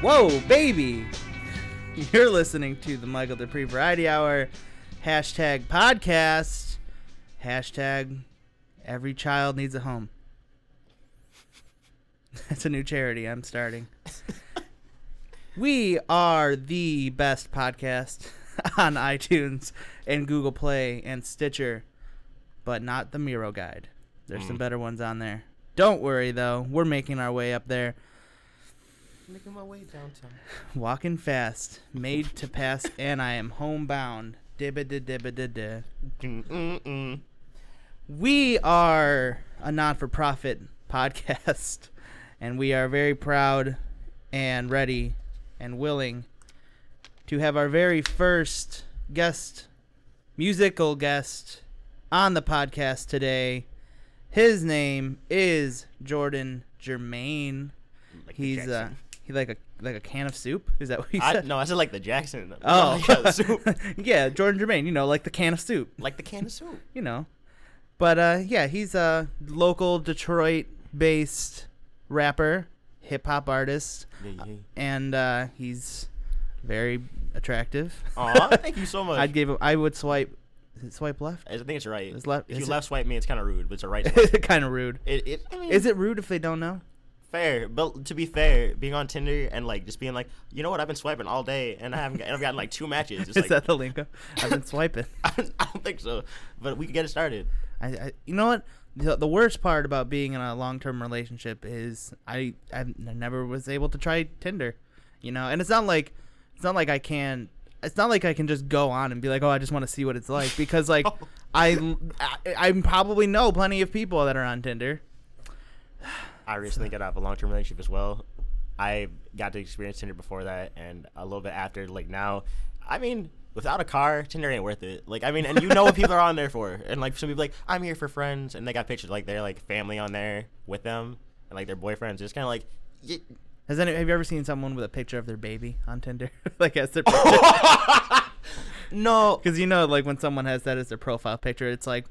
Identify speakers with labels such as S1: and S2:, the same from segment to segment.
S1: Whoa, baby! You're listening to the Michael Dupree Variety Hour, hashtag podcast, hashtag every child needs a home. That's a new charity I'm starting. we are the best podcast on iTunes and Google Play and Stitcher, but not the Miro Guide. There's some better ones on there. Don't worry though, we're making our way up there.
S2: Making my way downtown.
S1: Walking fast, made to pass, and I am homebound. Dibba da dibba da da.
S2: Mm-mm-mm.
S1: We are a non for profit podcast, and we are very proud and ready and willing to have our very first guest, musical guest, on the podcast today. His name is Jordan Germain.
S2: Like the
S1: He's uh,
S2: Jackson.
S1: he like a like a can of soup. Is that what you
S2: I,
S1: said?
S2: no, I said like the Jackson.
S1: Oh,
S2: yeah, the soup.
S1: yeah, Jordan Germain, you know, like the can of soup,
S2: like the can of soup.
S1: you know. But uh, yeah, he's a local Detroit-based rapper, hip hop artist, and uh, he's very attractive.
S2: Aw, thank you so much.
S1: I'd give him. I would swipe. Is it swipe left?
S2: I think it's right.
S1: It's left-
S2: if
S1: is
S2: you
S1: it-
S2: left swipe me, it's kind of rude, but it's a right swipe.
S1: kind of rude.
S2: It, it, I mean,
S1: Is it rude if they don't know?
S2: fair? But to be fair, being on Tinder and like just being like, you know what, I've been swiping all day and I haven't, got, and I've gotten like two matches. It's
S1: Is
S2: like,
S1: that the link? I've been swiping.
S2: I, don't, I don't think so, but we can get it started.
S1: I, I you know what the, the worst part about being in a long term relationship is I I never was able to try Tinder, you know, and it's not like it's not like I can it's not like I can just go on and be like oh I just want to see what it's like because like
S2: Oh.
S1: I, I I probably know plenty of people that are on Tinder.
S2: I recently got out of a long term relationship as well. I got to experience Tinder before that and a little bit after. Like now, I mean, without a car, Tinder ain't worth it. Like I mean, and you know what people are on there for. And like some people like I'm here for friends, and they got pictures like their like family on there with them and like their boyfriends. It's kind of like. y-
S1: Has any have you ever seen someone with a picture of their baby on Tinder like as their picture?
S2: No,
S1: Because you know, like when someone has that as their profile picture, it's like,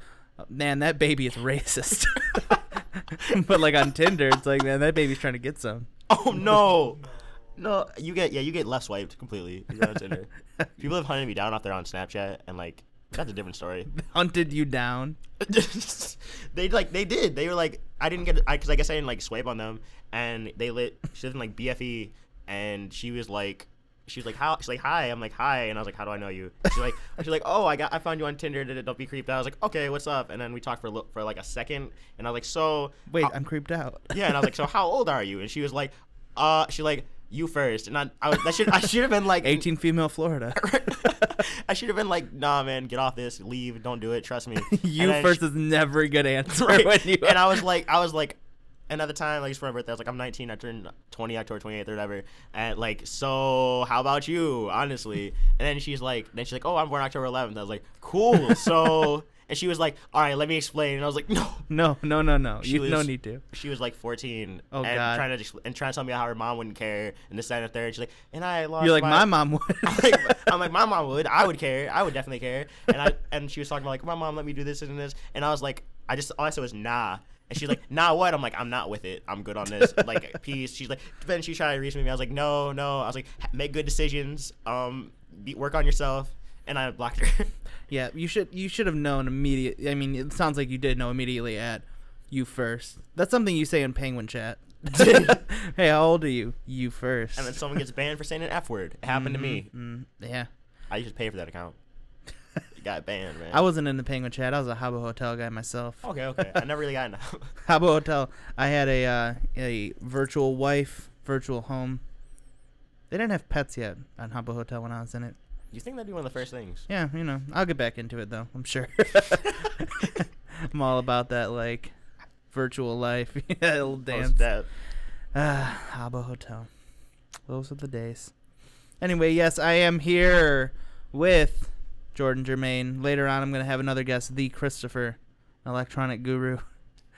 S1: man, that baby is racist. but like on Tinder, it's like, man, that baby's trying to get some.
S2: oh no, no. You get yeah, you get left swiped completely. If you're on Tinder. people have hunted me down off there on Snapchat, and like that's a different story.
S1: Hunted you down.
S2: they like they did. They were like I didn't get because I, guess I didn't like swipe on them, and they lit. She lived in like BFE, and she was like. She was like, "How?" She's like, "Hi." I'm like, "Hi," and I was like, "How do I know you?" She's like, "She's like, oh, I got, I found you on Tinder. da- da- Don't be creeped." out." I was like, "Okay, what's up?" And then we talked for a little- for like a second, and I was like, "So
S1: Wait,
S2: uh,
S1: I'm creeped out.
S2: yeah." And I was like, "So how old are you?" And she was like, "Uh," she like, "You first. And I, I was, that should, I should have been like
S1: 18 female Florida.
S2: I should have been like, "Nah, man, get off this. Leave. Don't do it. Trust me."
S1: you
S2: And then
S1: first
S2: she-
S1: is never a good answer
S2: Right.
S1: when you.
S2: and I was like, I was like, another time, like, just for my birthday, I was like, I'm 19, I turned 20 October 28th or whatever. And like, so how about you, honestly? And then she's like, then she's like, oh, I'm born October 11th. I was like, cool. So, and she was like, all right, let me explain. And I was like, no.
S1: no, no, no, no.
S2: She
S1: You no
S2: was-
S1: need to.
S2: She was like 14.
S1: Oh,
S2: and
S1: God.
S2: Trying to just, and trying to tell me how her mom wouldn't care and this that, and the third. She's like, and I lost.
S1: You're like
S2: my
S1: my mom would.
S2: I'm like, I'm like, my mom would. I would care. I would definitely care. And I and she was talking about like, my mom let me do this and this. And I was like, I just all I said was nah. And she's like, nah, what? I'm like, I'm not with it. I'm good on this. Like, peace. She's like, then she tried to reason me. I was like, no, no. I was like, "Ha- make good decisions. Um, be, work on yourself. And I blocked her.
S1: yeah, you should you should have known immediately. I mean, it sounds like you did know immediately at you first. That's something you say in Penguin Chat. hey, how old are you? You first.
S2: and then someone gets banned for saying an F word. It happened to me.
S1: Mm, yeah.
S2: I used to pay for that account. It got banned, man.
S1: I wasn't in the Penguin Chat. I was a Habbo Hotel guy myself.
S2: okay, okay. I never really got enough.
S1: Habbo Hotel. I had a uh, a virtual wife, virtual home. They didn't have pets yet on Habbo Hotel when I was in it.
S2: you think that'd be one of the first things?
S1: Yeah, you know, I'll get back into it though. I'm sure. I'm all about that like virtual life. yeah, little dance.
S2: Most def-
S1: Ah, Habbo Hotel. Those are the days. Anyway, yes, I am here with Jordan Germain. Later on, I'm going to have another guest, the Christopher, an electronic guru.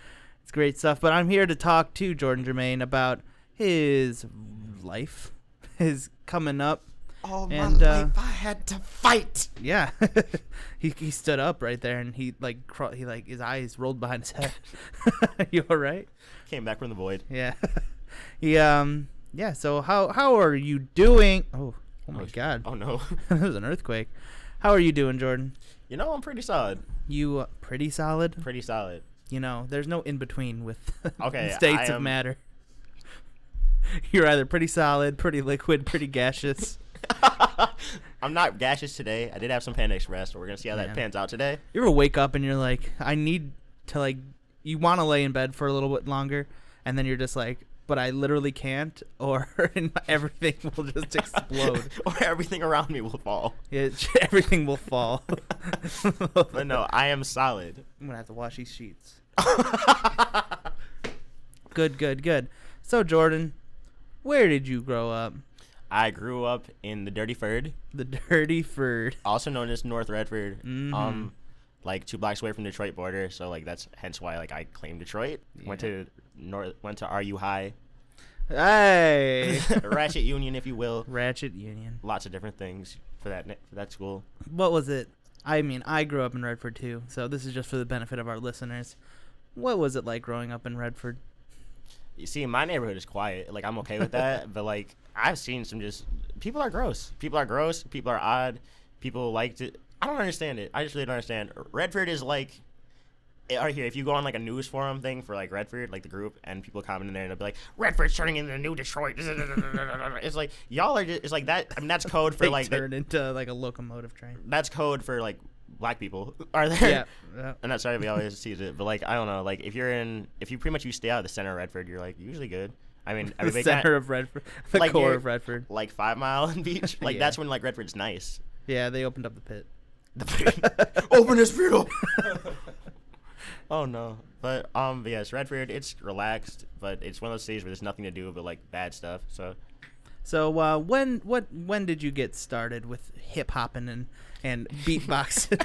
S1: It's great stuff, but I'm here to talk to Jordan Germain about his life, his coming up.
S2: All Oh, my
S1: And, uh,
S2: life I had to fight.
S1: Yeah, he, he stood up right there, and he like craw- he like his eyes rolled behind his head. you all right?
S2: Came back from the void.
S1: Yeah. he um yeah. So how how are you doing? Oh, oh my
S2: sh-
S1: God,
S2: Oh no.
S1: that was an earthquake. How are you doing, Jordan?
S2: you know I'm pretty solid.
S1: You uh, pretty solid.
S2: Pretty solid.
S1: You know, there's no in between with
S2: Okay,
S1: states
S2: I
S1: of
S2: am-
S1: matter. You're either pretty solid, pretty liquid, pretty gaseous.
S2: I'm not gaseous today. I did have some Panda Express, so we're gonna see how
S1: Man.
S2: that pans out today.
S1: You ever wake up and you're like, I need to like, you want to lay in bed for a little bit longer, and then you're just like, but I literally can't, or everything will just explode.
S2: or everything around me will fall.
S1: It, everything will fall.
S2: But no, I am solid.
S1: I'm gonna have to wash these sheets. Good, good, good. So Jordan, where did you grow up?
S2: I grew up in the Dirty Ferd,
S1: The dirty Ferd.
S2: also known as North Redford.
S1: Mhm.
S2: Um, like two blocks away from Detroit border, so like that's hence why like I claim Detroit. Went
S1: Yeah.
S2: to North, went to RU High,
S1: Hey,
S2: Ratchet Union, if you will.
S1: Ratchet Union.
S2: Lots of different things for that ne- for that school.
S1: What was it? I mean, I grew up in Redford too, so this is just for the benefit of our listeners. What was it like growing up in Redford?
S2: You see, my neighborhood is quiet. Like I'm okay with that, but like I've seen some just people are gross. People are gross. People are odd. People like to. I don't understand it. I just really don't understand. Redford is like, eh, right here. If you go on like a news forum thing for like Redford, like the group, and people comment in there and they'll be like, Redford's turning into the new Detroit. It's like y'all are. Just, it's like that. I mean, that's code for
S1: They
S2: like the,
S1: turned into like a locomotive train.
S2: that's code for like black people. Are there?
S1: yeah. yeah.
S2: I'm not sorry if we always sees it, but like I don't know, like if you're in, if you pretty much you stay out of the center of Redford, you're like usually good. I mean,
S1: The
S2: everybody
S1: center
S2: kinda-
S1: of Redford, the
S2: like
S1: core
S2: you're-
S1: of Redford.
S2: like Five Mile and Beach, like
S1: Yeah.
S2: that's when like Redford's nice.
S1: Yeah, they opened up the pit.
S2: Open this feudal. oh no, but um, but yes, Redford, it's relaxed, but it's one of those cities where there's nothing to do but like bad stuff. So
S1: So uh, when what when did you get started with hip hopping and and beatboxing?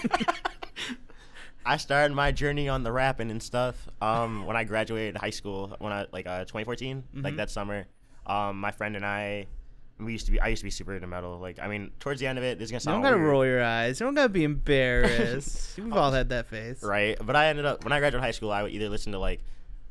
S2: I started my journey on the rapping and stuff um, when I graduated high school when I like uh, 2014 like
S1: Mhm.
S2: that summer. Um, my friend and I, we used to be I used to be super into metal. Like I mean, towards the end of it, this is gonna
S1: you don't
S2: sound
S1: gotta
S2: weird,
S1: roll your eyes. You don't gotta be embarrassed. We've all had that face.
S2: right? But I ended up when I graduated high school, I would either listen to like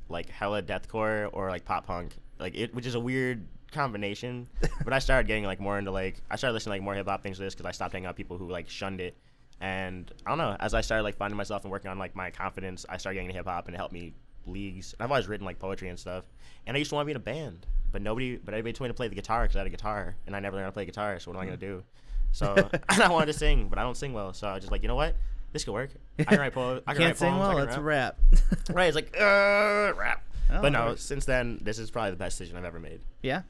S2: like hella deathcore or like pop punk, like it, which is a weird combination. but I started getting like more into like I started listening to like more hip hop things to this because I stopped hanging out with people who like shunned it. And I don't know, as I started like finding myself and working on like my confidence, I started getting into hip hop and it helped me leagues. And I've always written like poetry and stuff. And I used to want to be in a band, but nobody, but everybody told me to play the guitar because I had a guitar and I never learned how to play guitar. So what am I gonna do? So and I wanted to sing, but I don't sing well. So I was just like, you know what? This could work. I can write poems. I
S1: You
S2: can
S1: can't
S2: write
S1: sing
S2: poems, I
S1: well.
S2: can
S1: It's a
S2: rap."
S1: rap.
S2: Right, it's like uh, rap.
S1: Oh,
S2: but no,
S1: okay.
S2: since then, this is probably the best decision I've ever made.
S1: Yeah.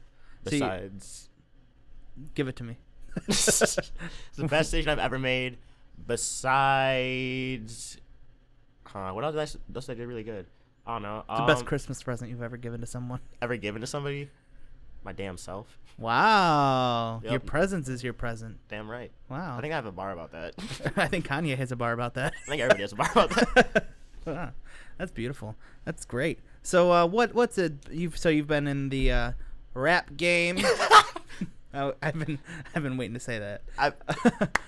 S1: So you-
S2: Besides,
S1: give it to me.
S2: it's the best decision I've ever made. Besides, huh? What else did I, s- else did I did really good? I don't know.
S1: It's the best
S2: um,
S1: Christmas present you've ever given to someone.
S2: ever given to somebody. My damn self.
S1: Wow. Your
S2: Yep.
S1: presence is your present.
S2: Damn right.
S1: Wow.
S2: I think I have a bar about that.
S1: I think Kanye has a bar about that.
S2: I think everybody has a bar about that.
S1: Wow. That's beautiful. That's great. So uh, what what's it you've so you've been in the uh, rap game. I, I've been I've been waiting to say that.
S2: I,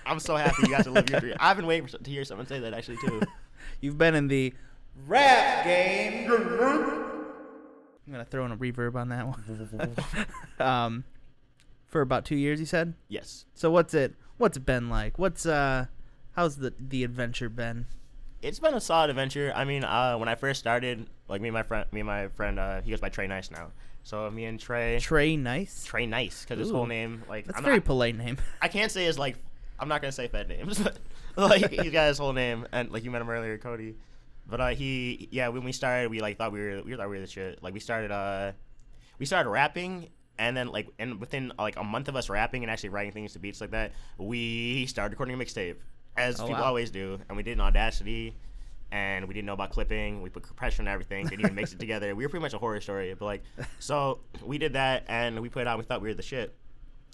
S2: I'm so happy you got to live your dream. I've been waiting for, to hear someone say that actually too.
S1: You've been in the rap game. I'm gonna throw in a reverb on that one. um, for about two years, you said.
S2: Yes.
S1: So what's it? What's it been like? What's uh, how's the the adventure been?
S2: it's been a solid adventure. I mean, uh, when I first started, like me and my friend, me and my friend, uh, he goes by Trey Nice now. So me and Trey,
S1: Trey Nice.
S2: Trey Nice, because his whole
S1: Ooh.
S2: name, like,
S1: That's a
S2: I'm
S1: very
S2: not,
S1: polite name.
S2: I can't say his like, I'm not gonna say fed names, but like he's got his whole name, and like you met him earlier, Cody. But uh, he, yeah, when we started, we like thought we were, we thought we were the shit. Like we started, uh, we started rapping. And then, like, and within like a month of us rapping and actually writing things to beats like that, we started recording a mixtape, as
S1: Oh,
S2: people
S1: wow.
S2: always do. And we did in Audacity, and we didn't know about clipping. We put compression and everything. Didn't even mix it together. We were pretty much a horror story. But like, so we did that, and we put it out. and We thought we were the shit,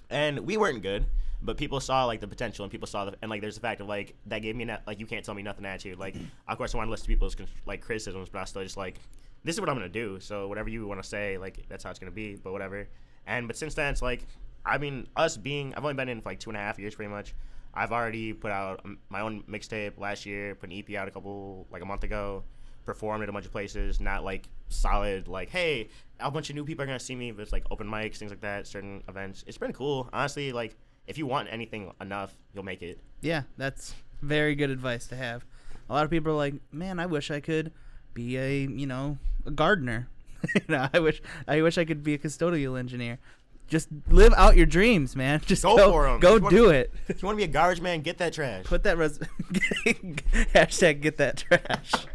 S2: and we weren't good. But people saw like the potential, and people saw the and like there's the fact of like that gave me an like you can't tell me nothing attitude. Like of course I want to listen to people's con- like criticisms, but I still just like this is what I'm gonna do. So whatever you want to say, like that's how it's gonna be. But whatever. And but since then it's like I mean us being I've only been in for like two and a half years pretty much. E I've already put out um, my own mixtape last year, put an EP out a couple like a month ago, performed at a bunch of places, not like solid, like, hey, a bunch of new people are gonna see me, but it's like open mics, things like that, certain events. It's been cool. Honestly, like if you want anything enough, you'll make it.
S1: Yeah, that's very good advice to have. A lot of people are like, "Man, I wish I could be a you know a gardener. you know, I wish I wish I could be a custodial engineer. Just live out your dreams, man. Just
S2: Go
S1: go,
S2: for 'em.
S1: Go
S2: If you
S1: do
S2: wanna-
S1: it.
S2: If you wanna be a garbage man, get that trash.
S1: Put that res- hashtag get that trash.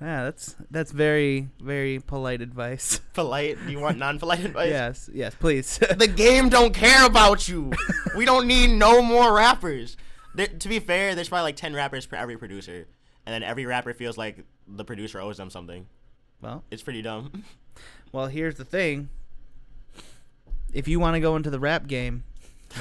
S1: Yeah, that's that's very very polite advice.
S2: polite. Do you want non polite advice?
S1: Yes, yes, please.
S2: The game don't care about you. we don't need no more rappers. There, to be fair, there's probably like ten rappers per every producer, and then every rapper feels like the producer owes them something.
S1: well,
S2: It's pretty dumb.
S1: well, here's the thing. If you want to go into the rap game,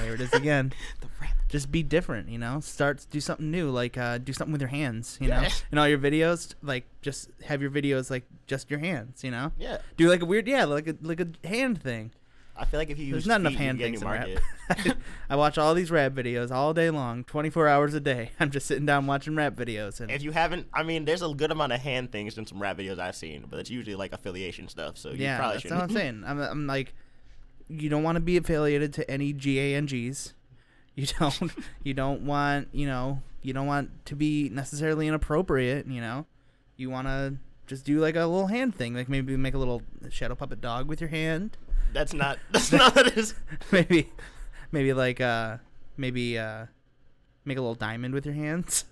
S1: there it is again.
S2: the rap.
S1: just be different you know start do something new like uh, do something with your hands you know
S2: Yeah.
S1: in all your videos like just have your videos like just your hands you know
S2: Yeah,
S1: do like a weird yeah like a like a hand thing
S2: I feel like if you use
S1: there's not enough
S2: feet, you
S1: hand
S2: get a new
S1: things in rap
S2: market.
S1: I, I watch all these rap videos all day long 24 hours a day i'm just sitting down watching rap videos and
S2: if you haven't, I mean, there's a good amount of hand things in some rap videos I've seen, but it's usually like affiliation stuff. So you
S1: yeah
S2: probably
S1: that's
S2: shouldn't.
S1: what i'm saying I'm, I'm like you don't want to be affiliated to any gangs you don't you don't want you know you don't want to be necessarily inappropriate you know you want to just do like a little hand thing like maybe make a little shadow puppet dog with your hand
S2: That's not. That's not what it is.
S1: maybe maybe like uh maybe uh make a little diamond with your hands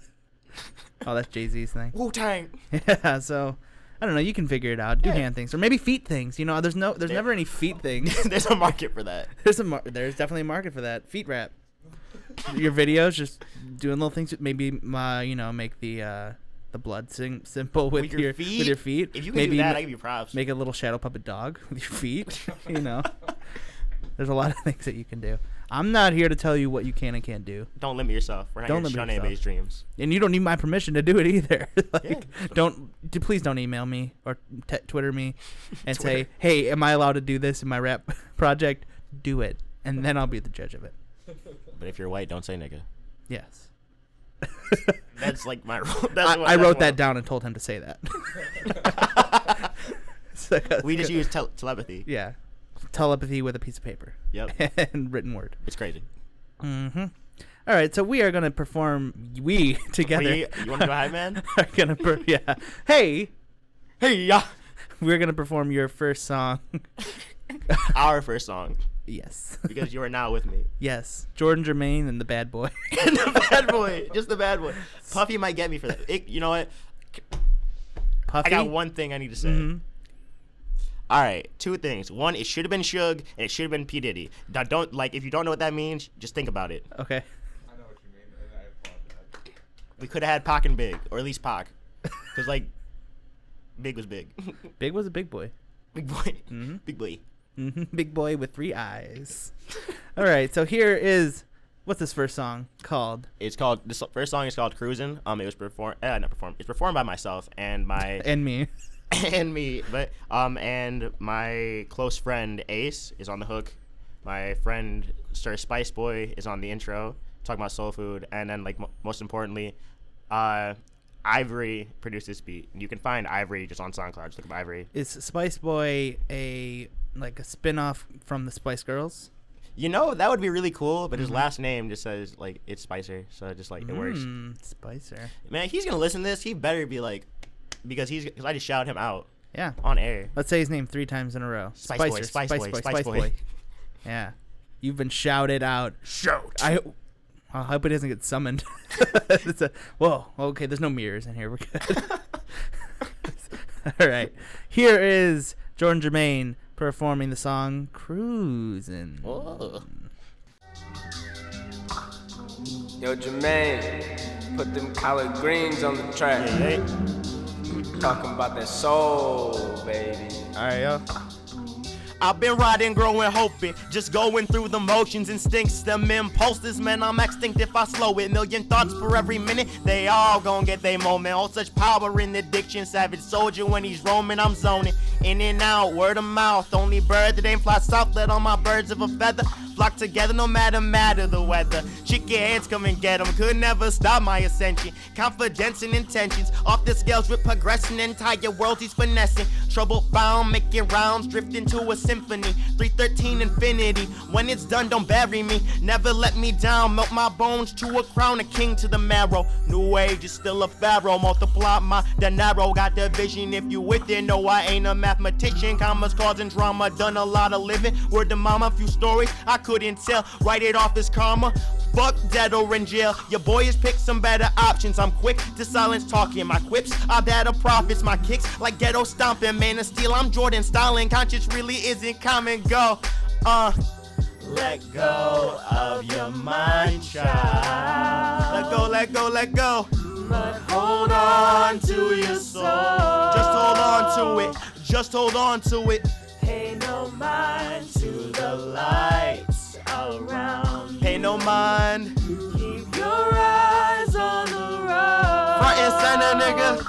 S1: oh that's jay-z's thing
S2: Wu Tang.
S1: yeah so i don't know you can figure it out do
S2: Yeah.
S1: hand things or maybe feet things you know there's no there's
S2: There-
S1: never any feet things
S2: there's a market for that.
S1: There's a mar- there's definitely a market for that feet wrap. Your videos just doing little things. Maybe uh, you know make the uh, the blood sing- simple with, your, with your feet.
S2: If you can
S1: maybe
S2: do that,
S1: ma-
S2: I give you props.
S1: make a little shadow puppet dog with your feet. you know, there's a lot of things that you can do. I'm not here to tell you what you can and can't do,
S2: Don't limit yourself. We're not
S1: Don't
S2: don't limit
S1: limit
S2: anybody's dreams.
S1: and you don't need my permission to do it either. like,
S2: Yeah.
S1: don't d- please don't email me or t- Twitter me and say,
S2: Twitter.
S1: "Hey, am I allowed to do this in my rap project?" Do it, and then I'll be the judge of it.
S2: But if you're white, don't say nigga.
S1: Yes.
S2: That's like my. That's
S1: I,
S2: what-
S1: I
S2: that's
S1: wrote that
S2: what-
S1: down and told him to say that. So-
S2: we just use tel- telepathy.
S1: yeah, telepathy with a piece of paper.
S2: Yep.
S1: and written word.
S2: It's crazy.
S1: Mm-hmm. All right, so we are gonna perform. We together.
S2: We- you wanna do a high man?
S1: Are gonna per- yeah. Hey,
S2: Hey ya.
S1: we're gonna perform your first song.
S2: Our first song
S1: yes.
S2: because you are now with me.
S1: yes, Jordan Germain and the Bad Boy.
S2: the bad boy, just the bad boy. Puffy might get me for that. It- you know what?
S1: Puffy.
S2: I got one thing I need to say.
S1: Mhm.
S2: All right, two things. One, it should have been Suge, and it should have been P Diddy. Now, don't like if you don't know what that means, just think about it.
S1: Okay.
S3: I know what you mean, and I apologize.
S2: We could have had Pac and Big, or at least Pac, because like Big was big,
S1: Big was a big boy.
S2: big boy,
S1: Mhm.
S2: big boy.
S1: hmm Big boy with three eyes. All right, so here is what's this first song called?
S2: It's called this first song is called Cruisin'. Um, it was performed, uh, not performed. It's performed by myself and my
S1: And me.
S2: and me, but um, and my close friend Ace is on the hook. My friend Sir Spice Boy is on the intro, talking about soul food, and then like mo most importantly, uh, Ivory produced this beat. You can find Ivory just on SoundCloud. Just look up Ivory.
S1: Is Spice Boy a like a spin-off from the Spice Girls?
S2: You know that would be really cool, but his last name just says like it's Spicer, so just like it works.
S1: Mm, Spicer.
S2: Man, he's gonna listen to this. He better be like, because he's because I just shout him out
S1: Yeah.
S2: on air.
S1: Let's say his name three times in a row.
S2: Spice
S1: Spicer,
S2: boy, Spice boy, Spice boy.
S1: Yeah. You've been shouted out.
S2: Shout.
S1: I, I hope it doesn't get summoned. it's a, whoa, okay, there's no mirrors in here. We're good. All right. Here is Jordan Germain performing the song Cruisin'.
S2: Oh.
S4: Yo, Jermaine, put them collard greens on the track.
S2: Hey.
S4: Talking about that soul, baby.
S2: All right, yo. I've been riding, growing, hoping. Just going through the motions, instincts, them impulses. Man, I'm extinct if I slow it. Million thoughts for every minute. They all gon' get their moment. All such power in addiction. Savage soldier when he's roaming, I'm zoning. In and out, word of mouth. Only bird that ain't fly south. Let all my birds of a feather flock together no matter matter the weather. Chicken heads come and get 'em. Could never stop my ascension. Confidence and intentions. Off the scales with progressing. Entire world he's finessing. Trouble found, making rounds, drifting to a symphony. 313 infinity. When it's done, don't bury me. Never let me down. Melt my bones to a crown, a king to the marrow. New age is still a pharaoh. Multiply my dinero. Got the vision if you with it. No, I ain't a mathematician. Commas causing drama. Done a lot of living. Word to mama, few stories I couldn't tell. Write it off as karma. Fuck dead or in jail. Your boy has picked some better options. I'm quick to silence talking. My quips are better profits. My kicks like ghetto stomping. Man of steel, I'm Jordan styling. Conscience really isn't common. Go, uh. Let go of your mind, child. Let go, let go, let go. But hold on to your soul. Just hold on to it. Just hold on to it. Pay no mind to the lights around. Pay no mind. Keep your eyes on the road. Front and center, nigga.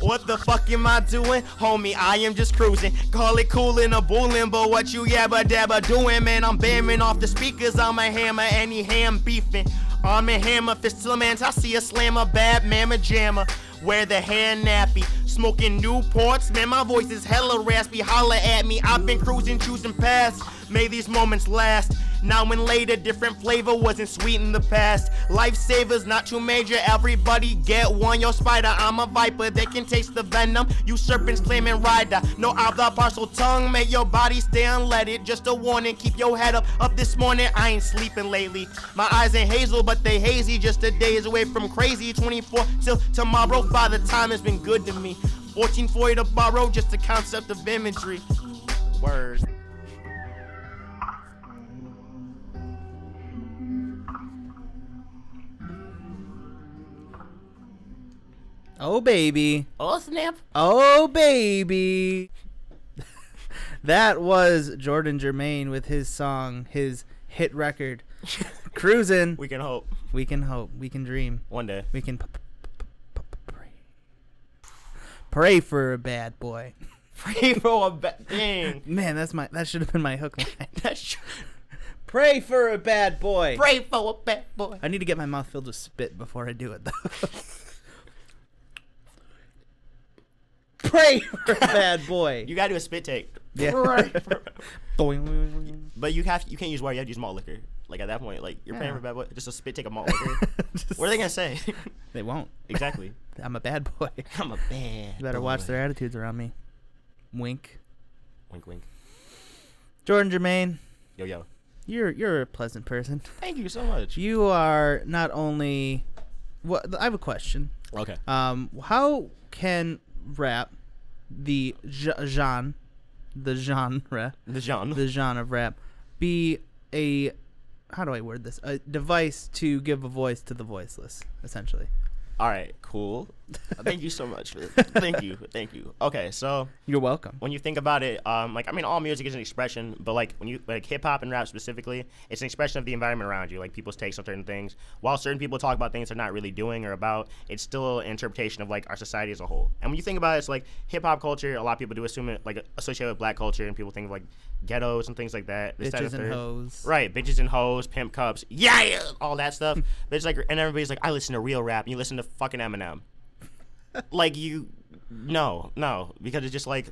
S2: What the fuck am I doing? Homie, I am just cruising. Call it coolin' or bullin', but what you yabba dabba doing? Man, I'm bamming off the speakers. I'm a hammer, any ham beefing. I'm a hammer, fist to the man's. I see a slammer, bad mamma jammer. Wear the hair nappy, smoking Newports. Man, my voice is hella raspy. Holla at me. I've been cruising, choosing paths. May these moments last. Now and later, different flavor wasn't sweet in the past. Lifesavers, not too major. Everybody get one. Yo, spider, I'm a viper that can taste the venom. You serpents claiming rider. No, I've the parcel tongue. Make your body stay unleaded. Just a warning, keep your head up. Up this morning, I ain't sleeping lately. My eyes ain't hazel, but they hazy. Just a days away from crazy. 24 till tomorrow. Father time has been good to me. 14 for you to borrow, just a concept of imagery. Word.
S1: Oh baby.
S2: Oh snap.
S1: Oh baby. that was Jordan Germain with his song, his hit record, "Cruisin'."
S2: We can hope.
S1: We can hope. We can dream.
S2: One day.
S1: We can p- p- p- p- p- pray. Pray for a bad boy.
S2: Pray for a bad thing.
S1: Man, that's my that should have been my hook line.
S2: That's
S1: pray for a bad boy.
S2: Pray for a bad boy.
S1: I need to get my mouth filled with spit before I do it though. pray for a bad boy.
S2: You gotta do a spit take.
S1: Yeah.
S2: Pray for-
S1: Boing.
S2: but you have you can't use water. You have to use malt liquor. Like at that point, like you're praying
S1: Yeah.
S2: for a bad boy. Just a spit take of malt liquor.
S1: Just-
S2: what are they gonna say?
S1: They won't.
S2: exactly.
S1: I'm a bad boy. You
S2: I'm a bad.
S1: better watch
S2: boy.
S1: their attitudes around me. Wink.
S2: Wink, wink.
S1: Jordan Germain,
S2: Yo, yo.
S1: you're you're a pleasant person.
S2: Thank you so much.
S1: You are not only. Well, I have a question.
S2: Okay.
S1: Um, how can rap, the ge- genre, the genre,
S2: The Jean.
S1: the genre of rap, be a how do I word this? A device to give a voice to the voiceless, essentially.
S2: All right. Cool. Thank you so much. for- Thank you. Thank you. Okay. So
S1: You're welcome.
S2: when you think about it, um, like I mean, all music is an expression, but like when you like hip hop and rap specifically, it's an expression of the environment around you, like people's takes on certain things. While certain people talk about things they're not really doing or about, it's still an interpretation of like our society as a whole. And when you think about it, it's like hip hop culture. A lot of people do assume it like associate with black culture, and people think of like ghettos and things like that. This, that,
S1: Bitches and
S2: third.
S1: hoes.
S2: Right, bitches and hoes, pimp cups, yeah, yeah, all that stuff. but it's like, and everybody's like, I listen to real rap, and you listen to fucking Eminem. like you, no, no, because it's just like,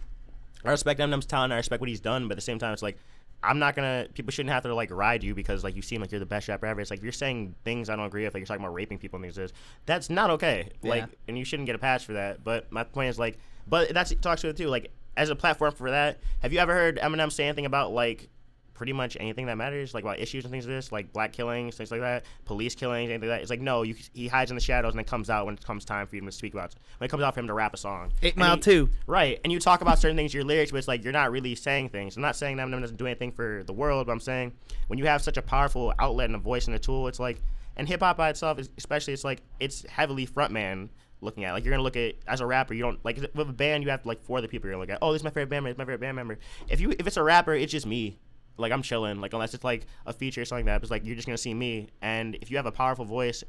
S2: I respect Eminem's talent, I respect what he's done, but at the same time, it's like, I'm not gonna. People shouldn't have to like ride you because like you seem like you're the best rapper ever. It's like if you're saying things I don't agree with, like you're talking about raping people and things. Like this, that's not okay. Like,
S1: Yeah.
S2: and you shouldn't get a pass for that. But my point is like, but that's talks to it too. Like as a platform for that, have you ever heard Eminem say anything about like pretty much anything that matters, like about issues and things like this, like black killings, things like that, police killings, anything like that. It's like no, you, he hides in the shadows and it comes out when it comes time for him to speak about. When it comes out for him to rap a song.
S1: Eight
S2: And
S1: Mile
S2: he-
S1: too.
S2: Right, and you talk about certain things in your lyrics, but it's like you're not really saying things. I'm not saying that Eminem doesn't do anything for the world, but I'm saying when you have such a powerful outlet and a voice and a tool, it's like, and hip hop by itself, is, especially, it's like it's heavily frontman looking at. Like you're gonna look at as a rapper, you don't like with a band you have like four other people you're gonna look at. Oh, this is my favorite band member. This is my favorite band member. If you if it's a rapper, it's just me. Like I'm chilling. Like unless it's like a feature or something like that, but it's like you're just gonna see me. And if you have a powerful voice,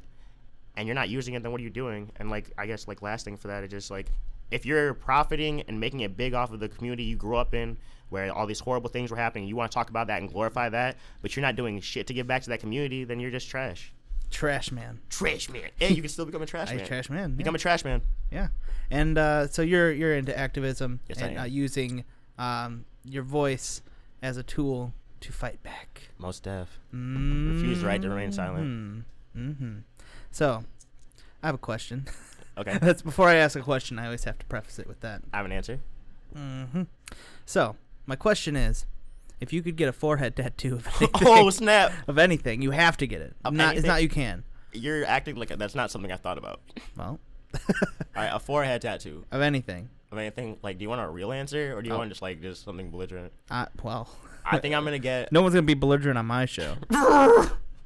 S2: and you're not using it, then what are you doing? And like I guess like last thing for that is just like if you're profiting and making it big off of the community you grew up in where all these horrible things were happening, you want to talk about that and glorify that, but you're not doing shit to give back to that community, then you're just trash.
S1: Trash man.
S2: Trash man. Hey, you can still become a trash
S1: I
S2: man.
S1: trash man. Yeah.
S2: Become a trash man.
S1: yeah. And uh, so you're you're into activism
S2: Yes, I
S1: and
S2: am.
S1: Uh, using um, your voice as a tool to fight back.
S2: Most deaf.
S1: Mm-hmm.
S2: Refuse the right to remain silent.
S1: Mm-hmm. So, I have a question.
S2: Okay.
S1: That's before I ask a question. I always have to preface it with that.
S2: I have an answer.
S1: Mm-hmm. So, my question is, if you could get a forehead tattoo of anything,
S2: oh snap!
S1: of anything, you have to get it.
S2: Of
S1: not, it's
S2: anything?
S1: not you can.
S2: You're acting like that's not something I thought about.
S1: Well,
S2: All right, a forehead tattoo.
S1: of anything.
S2: I mean, I think like, do you want a real answer or do you
S1: Oh.
S2: want just like just something belligerent?
S1: I, well,
S2: I think I'm gonna get.
S1: no one's gonna be belligerent on my show.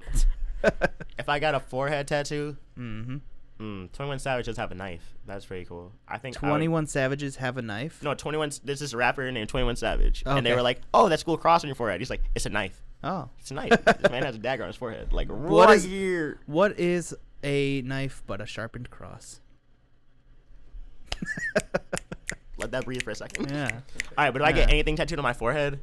S2: If I got a forehead tattoo,
S1: mm-hmm.
S2: mm, 21 Savage does have a knife. That's pretty cool. I think I would-
S1: 21 savages have a knife.
S2: no, 21. There's this rapper named 21 Savage, and they
S1: Okay.
S2: were like, "Oh, that's cool cross on your forehead." He's like, "It's a knife.
S1: Oh,
S2: It's a knife." this man has a dagger on his forehead, like
S1: What
S2: right
S1: is-
S2: here.
S1: what is a knife but a sharpened cross?
S2: Let that breathe for a second.
S1: Yeah.
S2: All right, but if I get
S1: Yeah.
S2: anything tattooed on my forehead,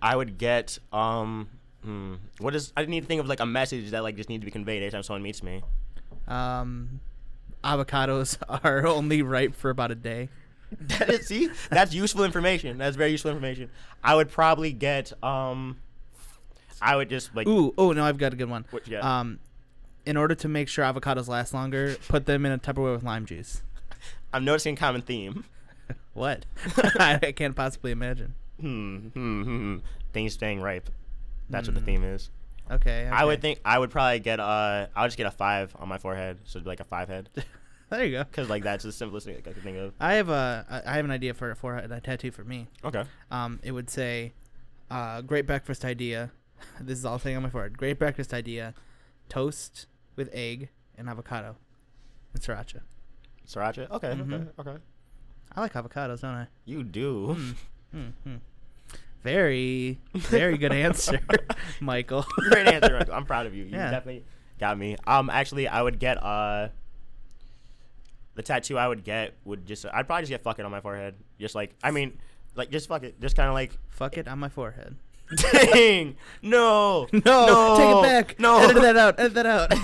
S2: I would get um, hmm, what is? I need to think of like a message that like just need to be conveyed every time someone meets me.
S1: Um, avocados are only ripe for about a day.
S2: That is, see, that's useful information. That's very useful information. I would probably get um, I would just like
S1: Ooh, oh no, I've got a good one.
S2: What you got?
S1: Um, in order to make sure avocados last longer, put them in a Tupperware with lime juice.
S2: I'm noticing a common theme.
S1: What? I can't possibly imagine.
S2: Hmm, hmm, hmm. Things staying ripe. That's what the theme is.
S1: Okay,
S2: I
S1: Hmm.
S2: would
S1: okay.
S2: think I would probably get uh, I would just get a five on my forehead, so it'd be like a five head,
S1: There you go.
S2: because like that's the simplest thing I could think of.
S1: I have a I I have an idea for a forehead tattoo for me.
S2: Okay.
S1: Um, it would say, uh, "Great breakfast idea." This is all saying on my forehead. Great breakfast idea: toast with egg and avocado, and sriracha.
S2: Sriracha. Okay. Okay.
S1: Mhm.
S2: Okay.
S1: I like avocados, don't I?
S2: You do.
S1: Mm-hmm. Very, very good answer, Michael.
S2: Great answer. Michael. I'm proud of you. You
S1: Yeah.
S2: definitely got me. Um, actually, I would get uh, the tattoo I would get would just I'd probably just get fuck it on my forehead. Just like I mean, like just fuck it. Just kind of like
S1: Fuck it on my forehead.
S2: dang no
S1: take it back.
S2: no
S1: edit that out. Edit that out.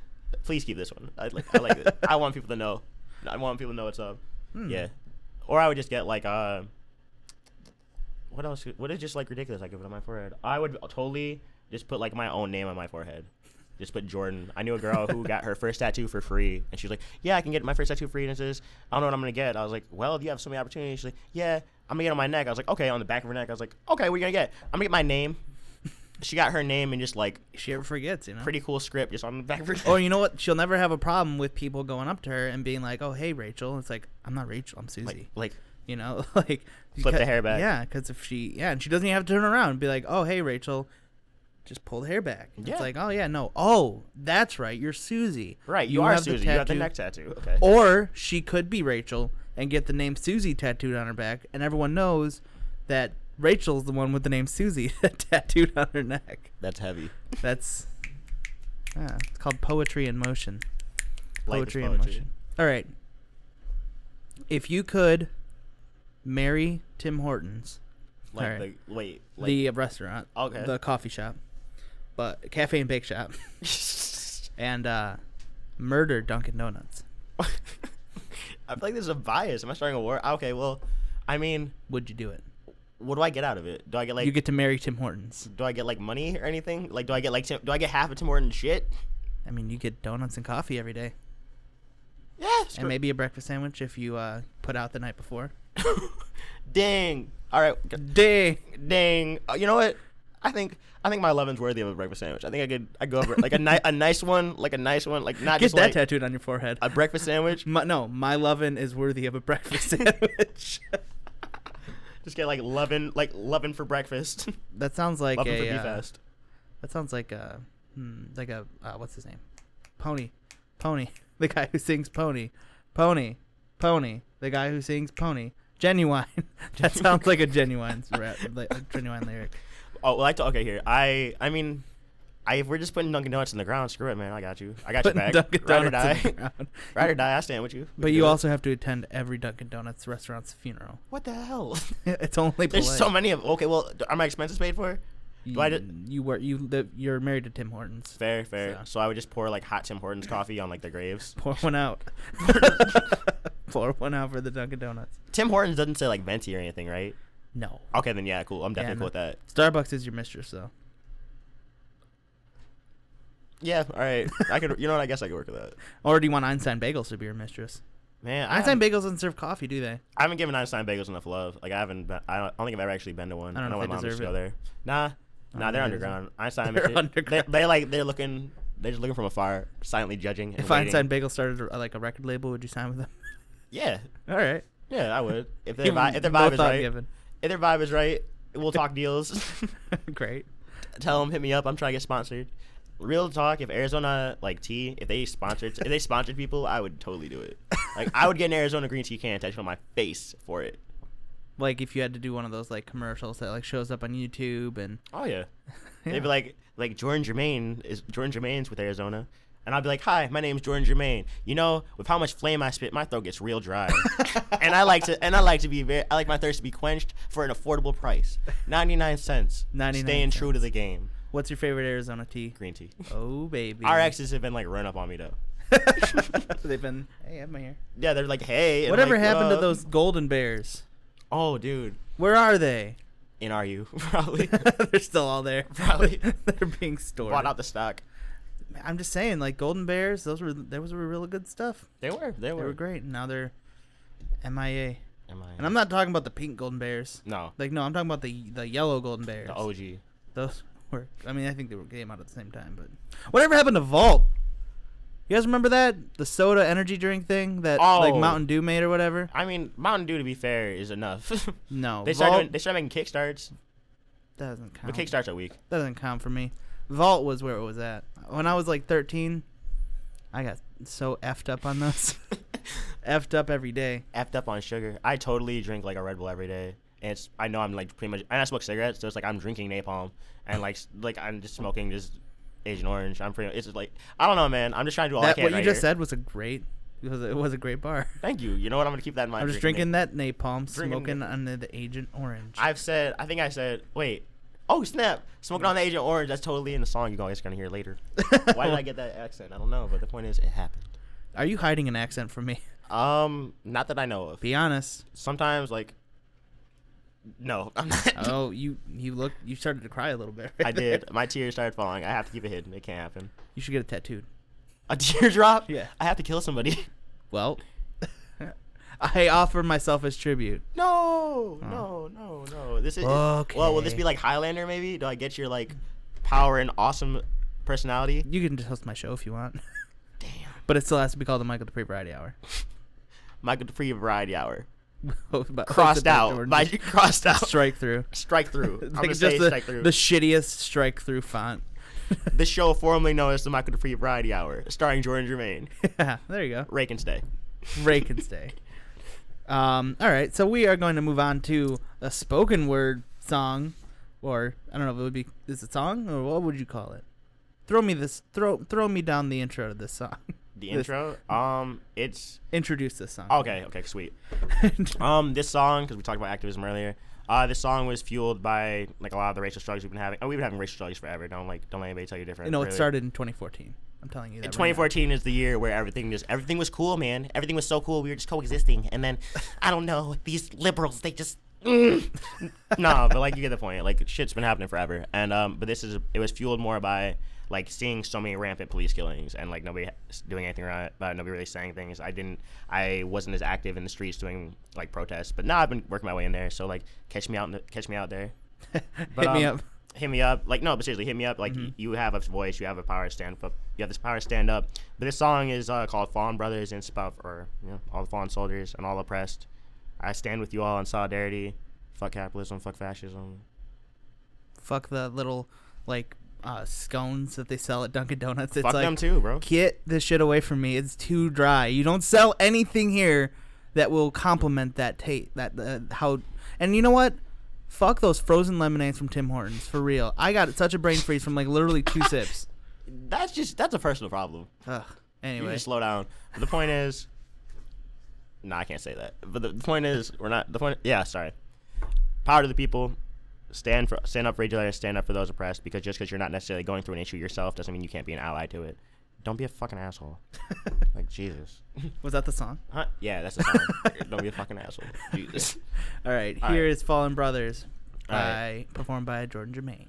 S2: Please keep this one. I like. I like it. I want people to know. I want people to know what's up.
S1: Hmm.
S2: Yeah. Or I would just get like uh. What else? could- What is just like ridiculous? I could put on my forehead. I would totally just put like my own name on my forehead. Just put Jordan. I knew a girl who got her first tattoo for free, and she was like, "Yeah, I can get my first tattoo for free." And it says, "I don't know what I'm gonna get." I was like, "Well, do you have so many opportunities?" She's like, "Yeah, I'm gonna get it on my neck." I was like, "Okay, on the back of her neck." I was like, "Okay, what are you gonna get?" I'm gonna get my name. She got her name and just like
S1: She ever forgets, you know.
S2: pretty cool script just on the back of her neck.
S1: Or you know what? She'll never have a problem with people going up to her and being like, "Oh, hey, Rachel." It's like I'm not Rachel. I'm Susie.
S2: like, like
S1: you know, like
S2: Flip the
S1: because-
S2: hair back.
S1: Yeah, because if she, yeah, and she doesn't even have to turn around and be like, "Oh, hey, Rachel." Just pull the hair back.
S2: Yeah.
S1: It's like, oh yeah, no, oh that's right, you're Susie.
S2: right, you, are
S1: have the
S2: Susie. You have the
S1: tattoo-
S2: neck tattoo. Oh. Okay.
S1: Or she could be Rachel and get the name Susie tattooed on her back, and everyone knows that Rachel's the one with the name Susie tattooed on her neck.
S2: That's heavy.
S1: That's yeah, it's called poetry in motion.
S2: Life is
S1: Poetry, in motion. All right. If you could marry Tim Hortons,
S2: Like
S1: Alright.
S2: the wait, like
S1: the restaurant,
S2: Okay.
S1: the coffee shop, but cafe and bake shop, and uh, murder Dunkin' Donuts,
S2: I feel like there's a bias. Am I starting a war? Ah, Okay, well, I mean,
S1: would you do it?
S2: what do I get out of it? Do I get like
S1: you get to marry Tim Hortons.
S2: do I get like money or anything? Like do I get like Tim, do I get half of Tim Horton shit?
S1: I mean, you get donuts and coffee every day,
S2: Yeah, screw-
S1: and maybe a breakfast sandwich if you uh, put out the night before.
S2: dang. All right,
S1: Dang.
S2: dang. Uh, you know what? I think I think my 11's worthy of a breakfast sandwich. I think I could I go over like a ni- a nice one, like a nice one, like not
S1: Get
S2: just
S1: that
S2: like
S1: tattooed on your forehead.
S2: a breakfast sandwich.
S1: My, no, my lovin' is worthy of a breakfast sandwich.
S2: Just get like lovin', like lovin' for breakfast,
S1: that sounds like
S2: lovin' for
S1: a
S2: B
S1: uh,
S2: fest.
S1: That sounds like a hmm, like a uh, what's his name? Pony. Pony, the guy who sings Pony, Pony, Pony, the guy who sings Pony. Genuine. that sounds like a genuine rap, like a genuine lyric.
S2: Oh, well, I t- okay here. I I mean, I if we're just putting Dunkin' Donuts in the ground, screw it, man. I got you. I got
S1: Putting
S2: your back.
S1: Dunkin'
S2: Ride or
S1: Donuts in the
S2: die.
S1: ground.
S2: Ride or die. I stand with you. We
S1: But
S2: can
S1: you
S2: do it.
S1: also have to attend every Dunkin' Donuts restaurant's funeral.
S2: What the hell?
S1: It's only
S2: There's
S1: polite.
S2: so many of. Okay, well, d- are my expenses paid for? Do I
S1: You,
S2: ju-
S1: you were you live, you're married to Tim Hortons.
S2: Fair, fair.
S1: So.
S2: So. I would just pour like hot Tim Hortons coffee on like the graves.
S1: Pour one out. Pour one out for the Dunkin' Donuts.
S2: Tim Hortons doesn't say like venti or anything, right?
S1: No.
S2: Okay, then yeah, cool. I'm
S1: Yeah,
S2: definitely
S1: no.
S2: cool with that.
S1: Starbucks is your mistress though.
S2: Yeah, all right. I could. You know what? I guess I could work with that.
S1: Or do you want Einstein Bagels to be your mistress?
S2: Man, I
S1: Einstein
S2: haven't,
S1: Bagels doesn't serve coffee, do they?
S2: I haven't given Einstein Bagels enough love. Like I haven't. been- I don't, I don't think I've ever actually been to one.
S1: I
S2: I
S1: don't
S2: don't
S1: know
S2: know
S1: if
S2: my
S1: they
S2: mom used to
S1: deserve
S2: go
S1: it.
S2: there. Nah, nah,
S1: don't
S2: they're
S1: know if they deserve
S2: underground. Einstein.
S1: They're
S2: they-
S1: underground.
S2: They, they like they're looking. They're just looking from afar, silently judging. And
S1: If
S2: waiting.
S1: Einstein Bagel started uh, like a record label, would you sign with them?
S2: Yeah,
S1: All right.
S2: yeah, I would. If their
S1: You-
S2: vibe, if their
S1: no
S2: vibe is
S1: thought
S2: right,
S1: given.
S2: if their vibe is right, we'll talk deals.
S1: Great.
S2: tell them hit me up. I'm trying to get sponsored. Real talk, if Arizona like tea, if they sponsored if they sponsored people, I would totally do it. Like I would get an Arizona green tea can tattooed on my face for it.
S1: Like if you had to do one of those like commercials that like shows up on YouTube and
S2: Oh yeah.
S1: Yeah.
S2: They'd be like like Jordan Germain is Jordan Germain's with Arizona. And I'd be like, "Hi, my name's Jordan Germain. You know, with how much flame I spit, my throat gets real dry, and I like to and I like to be very, I like my thirst to be quenched for an affordable price, ninety nine cents.
S1: 99
S2: Staying true to
S1: cents.
S2: the game.
S1: what's your favorite Arizona tea?
S2: Green tea.
S1: Oh baby.
S2: RXs have been like run up on me though.
S1: They've been. Hey, I'm here.
S2: Yeah, they're like, hey. and
S1: Whatever
S2: like,
S1: happened to
S2: uh,
S1: those golden bears?
S2: Oh, dude.
S1: Where are they?
S2: In RU, probably.
S1: They're still all there.
S2: Probably.
S1: They're being stored.
S2: Bought out the stock.
S1: I'm just saying, like golden bears, those were those were really good stuff.
S2: They were. They
S1: They
S2: were,
S1: were great. and Now they're MIA.
S2: Am I?
S1: And I'm not talking about the pink golden bears.
S2: No.
S1: Like no, I'm talking about the the yellow golden bears.
S2: The OG.
S1: Those were. I mean, I think they were came out at the same time, but whatever happened to Vault? You guys remember that the soda energy drink thing that like
S2: Oh.
S1: Mountain Dew made or whatever?
S2: I mean, Mountain Dew, to be fair, is enough.
S1: No,
S2: they
S1: Vault
S2: started, doing, they started making Kickstarts,
S1: doesn't count.
S2: but Kickstarts are weak.
S1: doesn't count for me. Vault was where it was at. When I was like 13, I got so effed up on those. effed up every day.
S2: Effed up on sugar. I totally drink like a Red Bull every day. And it's, I know I'm like pretty much, and I smoke cigarettes, so it's like I'm drinking napalm and like s- like I'm just smoking just Asian orange. I'm pretty. It's just like I don't know, man. I'm just trying to do all Oh, I
S1: that
S2: can
S1: what you
S2: right
S1: just
S2: here.
S1: said was a great. It was a, it was a great bar.
S2: Thank you. You know what? I'm gonna keep that in mind.
S1: I'm just drinking
S2: nap-
S1: that napalm,
S2: Drinking
S1: smoking
S2: nap-
S1: under the Agent Orange.
S2: I've said, I think I said, wait, oh snap, smoking on the Agent Orange. That's totally in the song you guys are gonna hear later. Why did I get that accent? I don't know, but the point is, it happened.
S1: Are you hiding an accent from me?
S2: Um, not that I know of.
S1: Be honest.
S2: Sometimes, like, no, I'm not.
S1: Oh, you you look you started to cry a little bit. right
S2: I
S1: there.
S2: did. My tears started falling. I have to keep it hidden. It can't happen.
S1: You should get it tattooed.
S2: A teardrop.
S1: Yeah.
S2: I have to kill somebody.
S1: Well, I offer myself as tribute.
S2: No, no, no, no. This is
S1: Okay.
S2: Oh. well. Will this be like Highlander? Maybe. Do I get your like power and awesome personality?
S1: You can just host my show if you want. Damn. But it still has to be called the Michael Dupree Variety Hour.
S2: Michael Dupree Variety Hour.
S1: Hosted by- hosted
S2: crossed
S1: by
S2: out
S1: Jordan.
S2: by crossed out
S1: strike through.
S2: strike through. I'm
S1: Like,
S2: gonna
S1: just
S2: say
S1: the,
S2: strike through.
S1: the
S2: The,
S1: shittiest strike through font.
S2: show formerly known as the Michael DeFree Variety Hour, starring Jordan Germain,
S1: yeah, there you go.
S2: Rake and Stay.
S1: Ray can stay. Um, all right, so we are going to move on to a spoken word song, or I don't know if it would be is it a song or what would you call it? Throw me this throw throw me down the intro to this song.
S2: The
S1: This-
S2: intro, um, it's
S1: introduce this song.
S2: okay, okay, sweet. Um, this song because we talked about activism earlier. Uh, this song was fueled by like a lot of the racial struggles we've been having. Oh, we've been having racial struggles forever. Don't like don't let anybody tell you different.
S1: you know, it
S2: really.
S1: started in 2014. I'm telling you that. right now.
S2: 2014 is the year where everything just everything was cool, man. Everything was so cool. We were just coexisting, and then I don't know these liberals. They just mm. no, but like you get the point. Like shit's been happening forever, and um, but this is it was fueled more by like seeing so many rampant police killings and like nobody s- doing anything around it, but nobody really saying things. I didn't, I wasn't as active in the streets doing like protests, but now I've been working my way in there. So like catch me out, in the, catch me out there. But,
S1: Hit me
S2: um,
S1: up. Mm-hmm.
S2: Hit me up. Like no, but seriously, hit me up. Like y- you have a voice, you have a power to stand up. You have this power to stand up. But this song is uh, called "Fallen Brothers and Stuff," or you know, all the fallen soldiers and all oppressed. I stand with you all in solidarity. Fuck capitalism. Fuck fascism.
S1: Fuck the little like uh, scones that they sell at Dunkin' Donuts. It's
S2: Fuck
S1: like,
S2: them too, bro.
S1: get this shit away from me. It's too dry. You don't sell anything here that will complement that taste. That uh, how. And you know what? Fuck those frozen lemonades from Tim Hortons for real. I got such a brain freeze from like literally two sips.
S2: That's just that's a personal problem.
S1: Ugh.
S2: You
S1: Anyway,
S2: just slow down. But the point is, no, I can't say that. But the, the point is, we're not. The point, yeah, sorry. Power to the people. Stand for, stand up for each other. Stand up for those oppressed. Because just because you're not necessarily going through an issue yourself doesn't mean you can't be an ally to it. Don't be a fucking asshole. like Jesus.
S1: was that the song?
S2: Huh? Yeah, that's a song. Don't be a fucking asshole. Jesus.
S1: All right,
S2: All
S1: here
S2: right.
S1: is Fallen Brothers by
S2: All right.
S1: performed by Jordan Germain.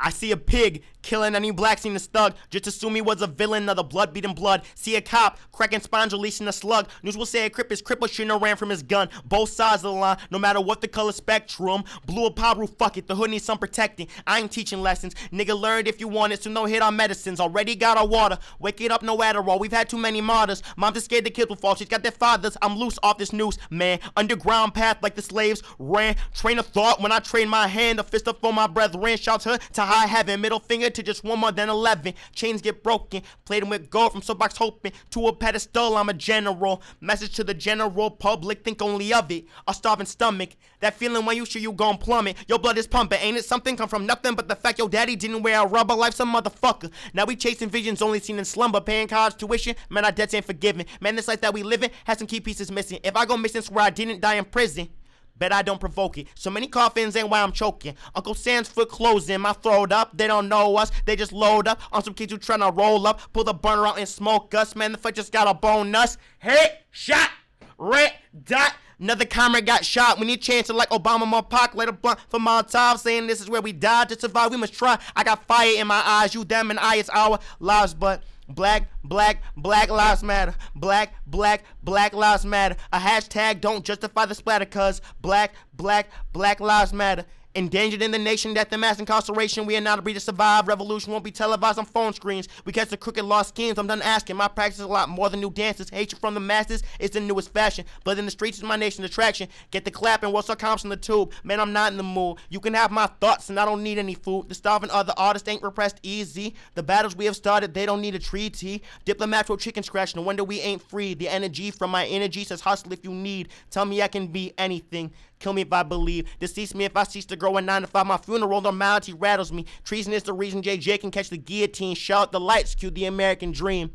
S2: I see a pig killing any black seen a thug. Just assume he was a villain of the blood beating blood. See a cop cracking sponge, releasing a slug. News will say a crip is crippled, shouldn't have ran from his gun. Both sides of the line, no matter what the color spectrum. Blue or pop roof, fuck it. The hood needs some protecting. I ain't teaching lessons. Nigga learned if you want it, so no hit on medicines. Already got our water. Wake it up, no Adderall. We've had too many martyrs. Mom's just scared the kids will fall. She's got their fathers. I'm loose off this noose, man. Underground path like the slaves ran. Train of thought when I train my hand. A fist up for my brethren. Shout to, to high heaven. Middle finger to just one more than 11. Chains get broken. Played 'em with gold from soapbox hoping. To a pedestal, I'm a general. Message to the general public. Think only of it. A starving stomach. That feeling when you sure you gon' plummet. Your blood is pumping. Ain't it something come from nothing but the fact your daddy didn't wear a rubber like some motherfucker. Now we chasing visions only seen in slumber. Paying college tuition. Man, our debts ain't forgiven. Man, this life that we living has some key pieces missing. If I go missing, swear I didn't die in prison. Bet I don't provoke it. So many coffins ain't why I'm choking. Uncle Sam's foot closing, my throat up. They don't know us. They just load up on some kids who tryna roll up. Pull the burner out and smoke us. Man, the fuck just got a bonus. Hey, shot, red dot. Another comrade got shot. We need chance to like Obama, more Pac, let a blunt for Molotov. Saying this is where we died to survive. We must try. I got fire in my eyes. You, them, and I. It's our lives, but. Black, black, black lives matter. Black, black, black lives matter. A hashtag don't justify the splatter, cuz black, black, black lives matter. Endangered in the nation, death and mass incarceration. We are not a breed to survive. Revolution won't be televised on phone screens. We catch the crooked lost schemes. I'm done asking. My practice is a lot more than new dances. Hatred from the masses is the newest fashion. Blood in the streets is my nation's attraction. Get the clapping. What's our comps in the tube? Man, I'm not in the mood. You can have my thoughts, and I don't need any food. The starving other artists ain't repressed easy. The battles we have started, they don't need a treaty. Diplomat will chicken scratch. No wonder we ain't free. The energy from my energy says hustle if you need. Tell me I can be anything. Kill me if I believe. Decease me if I cease to grow in nine to five. My funeral normality rattles me. Treason is the reason JJ can catch the guillotine. Shout out the lights, cue the American dream.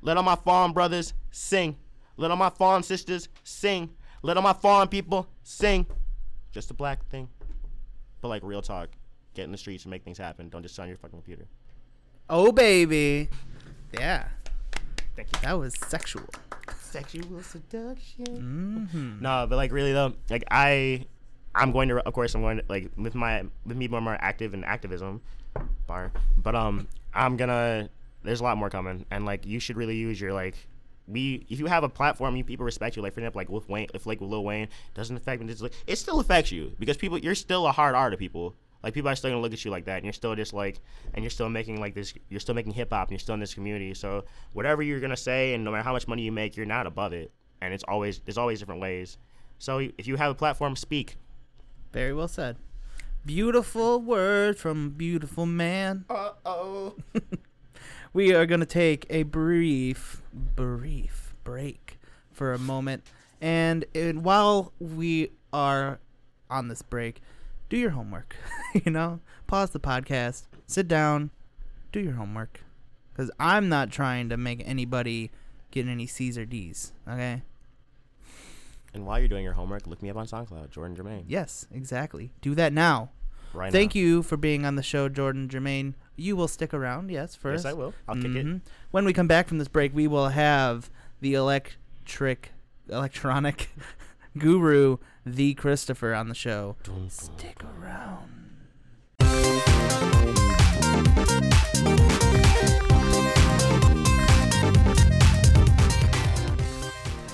S2: Let all my farm brothers sing. Let all my farm sisters sing. Let all my farm people sing. Just a black thing. But like real talk. Get in the streets and make things happen. Don't just sit on your fucking computer.
S1: Oh baby, yeah,
S2: Thank you.
S1: that was sexual.
S2: Sexual seduction.
S1: Mm-hmm.
S2: No, but like really though, like I, I'm going to of course I'm going to like with my with me being more active in activism, bar. But um, I'm gonna. There's a lot more coming, and like you should really use your like. We, if you have a platform, you people respect you. Like for example, like with Wayne, if like with Lil Wayne doesn't affect me, it's like it still affects you because people, you're still a hard R to people. Like people are still gonna look at you like that, and you're still just like, and you're still making like this, you're still making hip hop, and you're still in this community. So whatever you're gonna say, and no matter how much money you make, you're not above it. And it's always there's always different ways. So if you have a platform, speak.
S1: Very well said. Beautiful words from a beautiful man.
S2: Uh oh.
S1: We are going to take a brief, brief break for a moment. And, and while we are on this break, do your homework. you know, pause the podcast, sit down, do your homework. Because I'm not trying to make anybody get any C's or D's. Okay?
S2: And while you're doing your homework, look me up on SoundCloud, Jordan Jermaine.
S1: Yes, exactly. Do that now.
S2: Right.
S1: Thank you for being on the show, Jordan Germain. You will stick around, yes, first.
S2: Yes, I will. I'll kick it.
S1: Mhm. When we come back from this break, we will have the electric, electronic guru, the Christopher, on the show. Stick around.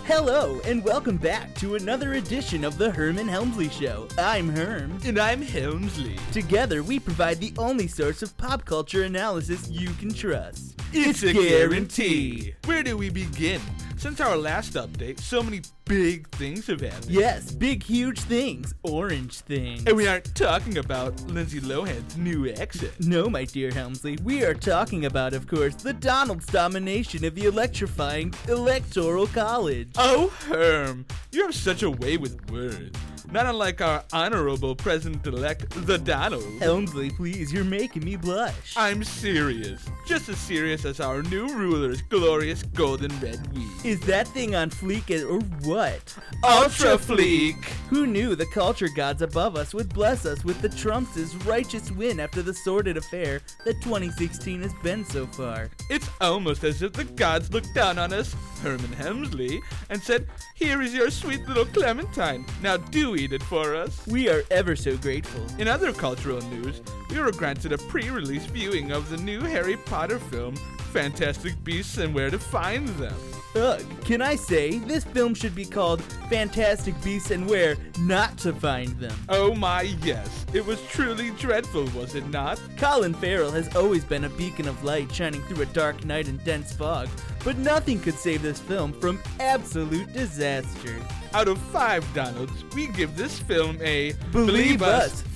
S1: Hello, and welcome back to another edition of The Herman Helmsley Show. I'm Herm.
S5: And I'm Helmsley.
S1: Together, we provide the only source of pop culture analysis you can trust.
S5: It's,
S1: a
S5: a
S1: guarantee.
S5: guarantee. Where do we begin? Since our last update, so many big things have happened.
S1: Yes, big, huge things. Orange things.
S5: And we aren't talking about Lindsay Lohan's new exit.
S1: No, my dear Helmsley, we are talking about, of course, the Donald's domination of the electrifying Electoral College.
S5: Oh, Herm, you have such a way with words. Not unlike our honorable president elect, the Donald.
S1: Helmsley, please, you're making me blush.
S5: I'm serious. Just as serious as our new ruler's glorious golden red weed.
S1: Is that thing on fleek as- or what?
S5: Ultra Fleek!
S1: Who knew the culture gods above us would bless us with the Trumps' righteous win after the sordid affair that 2016 has been so far?
S5: It's almost as if the gods looked down on us, Herman Hemsley, and said, Here is your sweet little clementine. Now do eat it for us.
S1: We are ever so grateful.
S5: In other cultural news, we were granted a pre release viewing of the new Harry Potter film, Fantastic Beasts and Where to Find Them.
S1: Ugh, Uh, can I say, this film should be called Fantastic Beasts and Where Not to Find Them.
S5: Oh my, yes, it was truly dreadful, was it not?
S1: Colin Farrell has always been a beacon of light shining through a dark night and dense fog, but nothing could save this film from absolute disaster.
S5: Out of five Donalds, we give this film a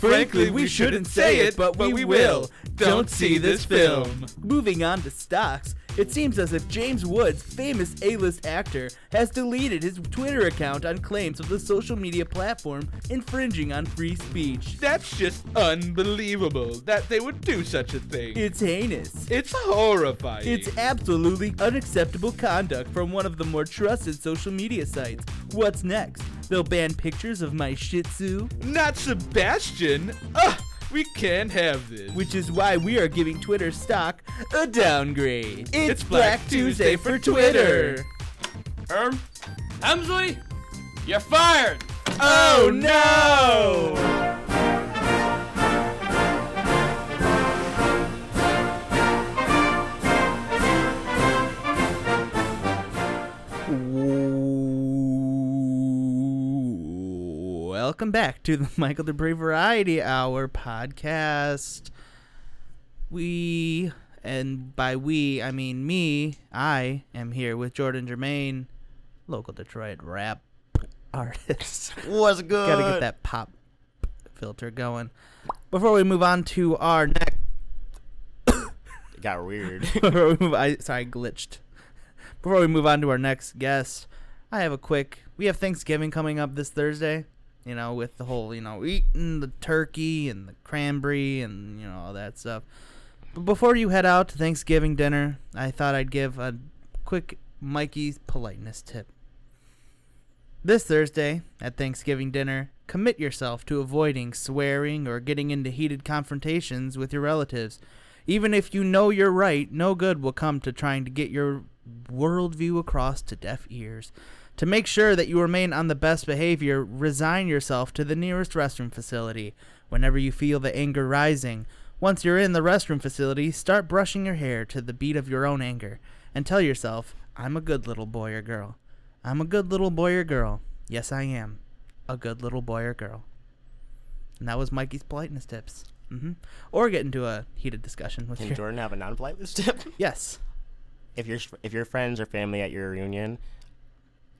S1: Frankly, we shouldn't say it, but we will. Don't see this film. Moving on to stocks, it seems as if James Woods, famous A-list actor, has deleted his Twitter account on claims of the social media platform infringing on free speech.
S5: That's just unbelievable that they would do such a thing.
S1: It's heinous.
S5: it's horrifying.
S1: It's absolutely unacceptable conduct from one of the more trusted social media sites. What's next? They'll ban pictures of my Shih Tzu,
S5: not Sebastian. Ugh, we can't have this.
S1: which is why we are giving Twitter stock a downgrade. It's,
S6: Herm? Hemsley? You're fired!
S1: Oh no! Welcome back to the Michael Debray Variety Hour podcast. We, and by we, I mean me, I am here with Jordan Germain, local Detroit rap artist.
S2: What's good?
S1: Gotta get that pop filter going. Before we move on to our next,
S2: It got weird.
S1: before we move, I sorry glitched. Before we move on to our next guest, I have a quick. We have Thanksgiving coming up this Thursday. You know, with the whole you know eating the turkey and the cranberry and you know all that stuff. But before you head out to Thanksgiving dinner, I thought I'd give a quick Mikey's politeness tip. This Thursday, at Thanksgiving dinner, commit yourself to avoiding swearing or getting into heated confrontations with your relatives. Even if you know you're right, no good will come to trying to get your worldview across to deaf ears. To make sure that you remain on the best behavior, resign yourself to the nearest restroom facility. Whenever you feel the anger rising, once you're in the restroom facility, start brushing your hair to the beat of your own anger and tell yourself, I'm a good little boy or girl. I'm a good little boy or girl. Yes, I am. A good little boy or girl. And that was Mikey's politeness tips. hmm Or get into a heated discussion with
S2: Can
S1: your.
S2: Jordan have a non-polite list tip?
S1: Yes.
S2: if your if your friends or family at your reunion,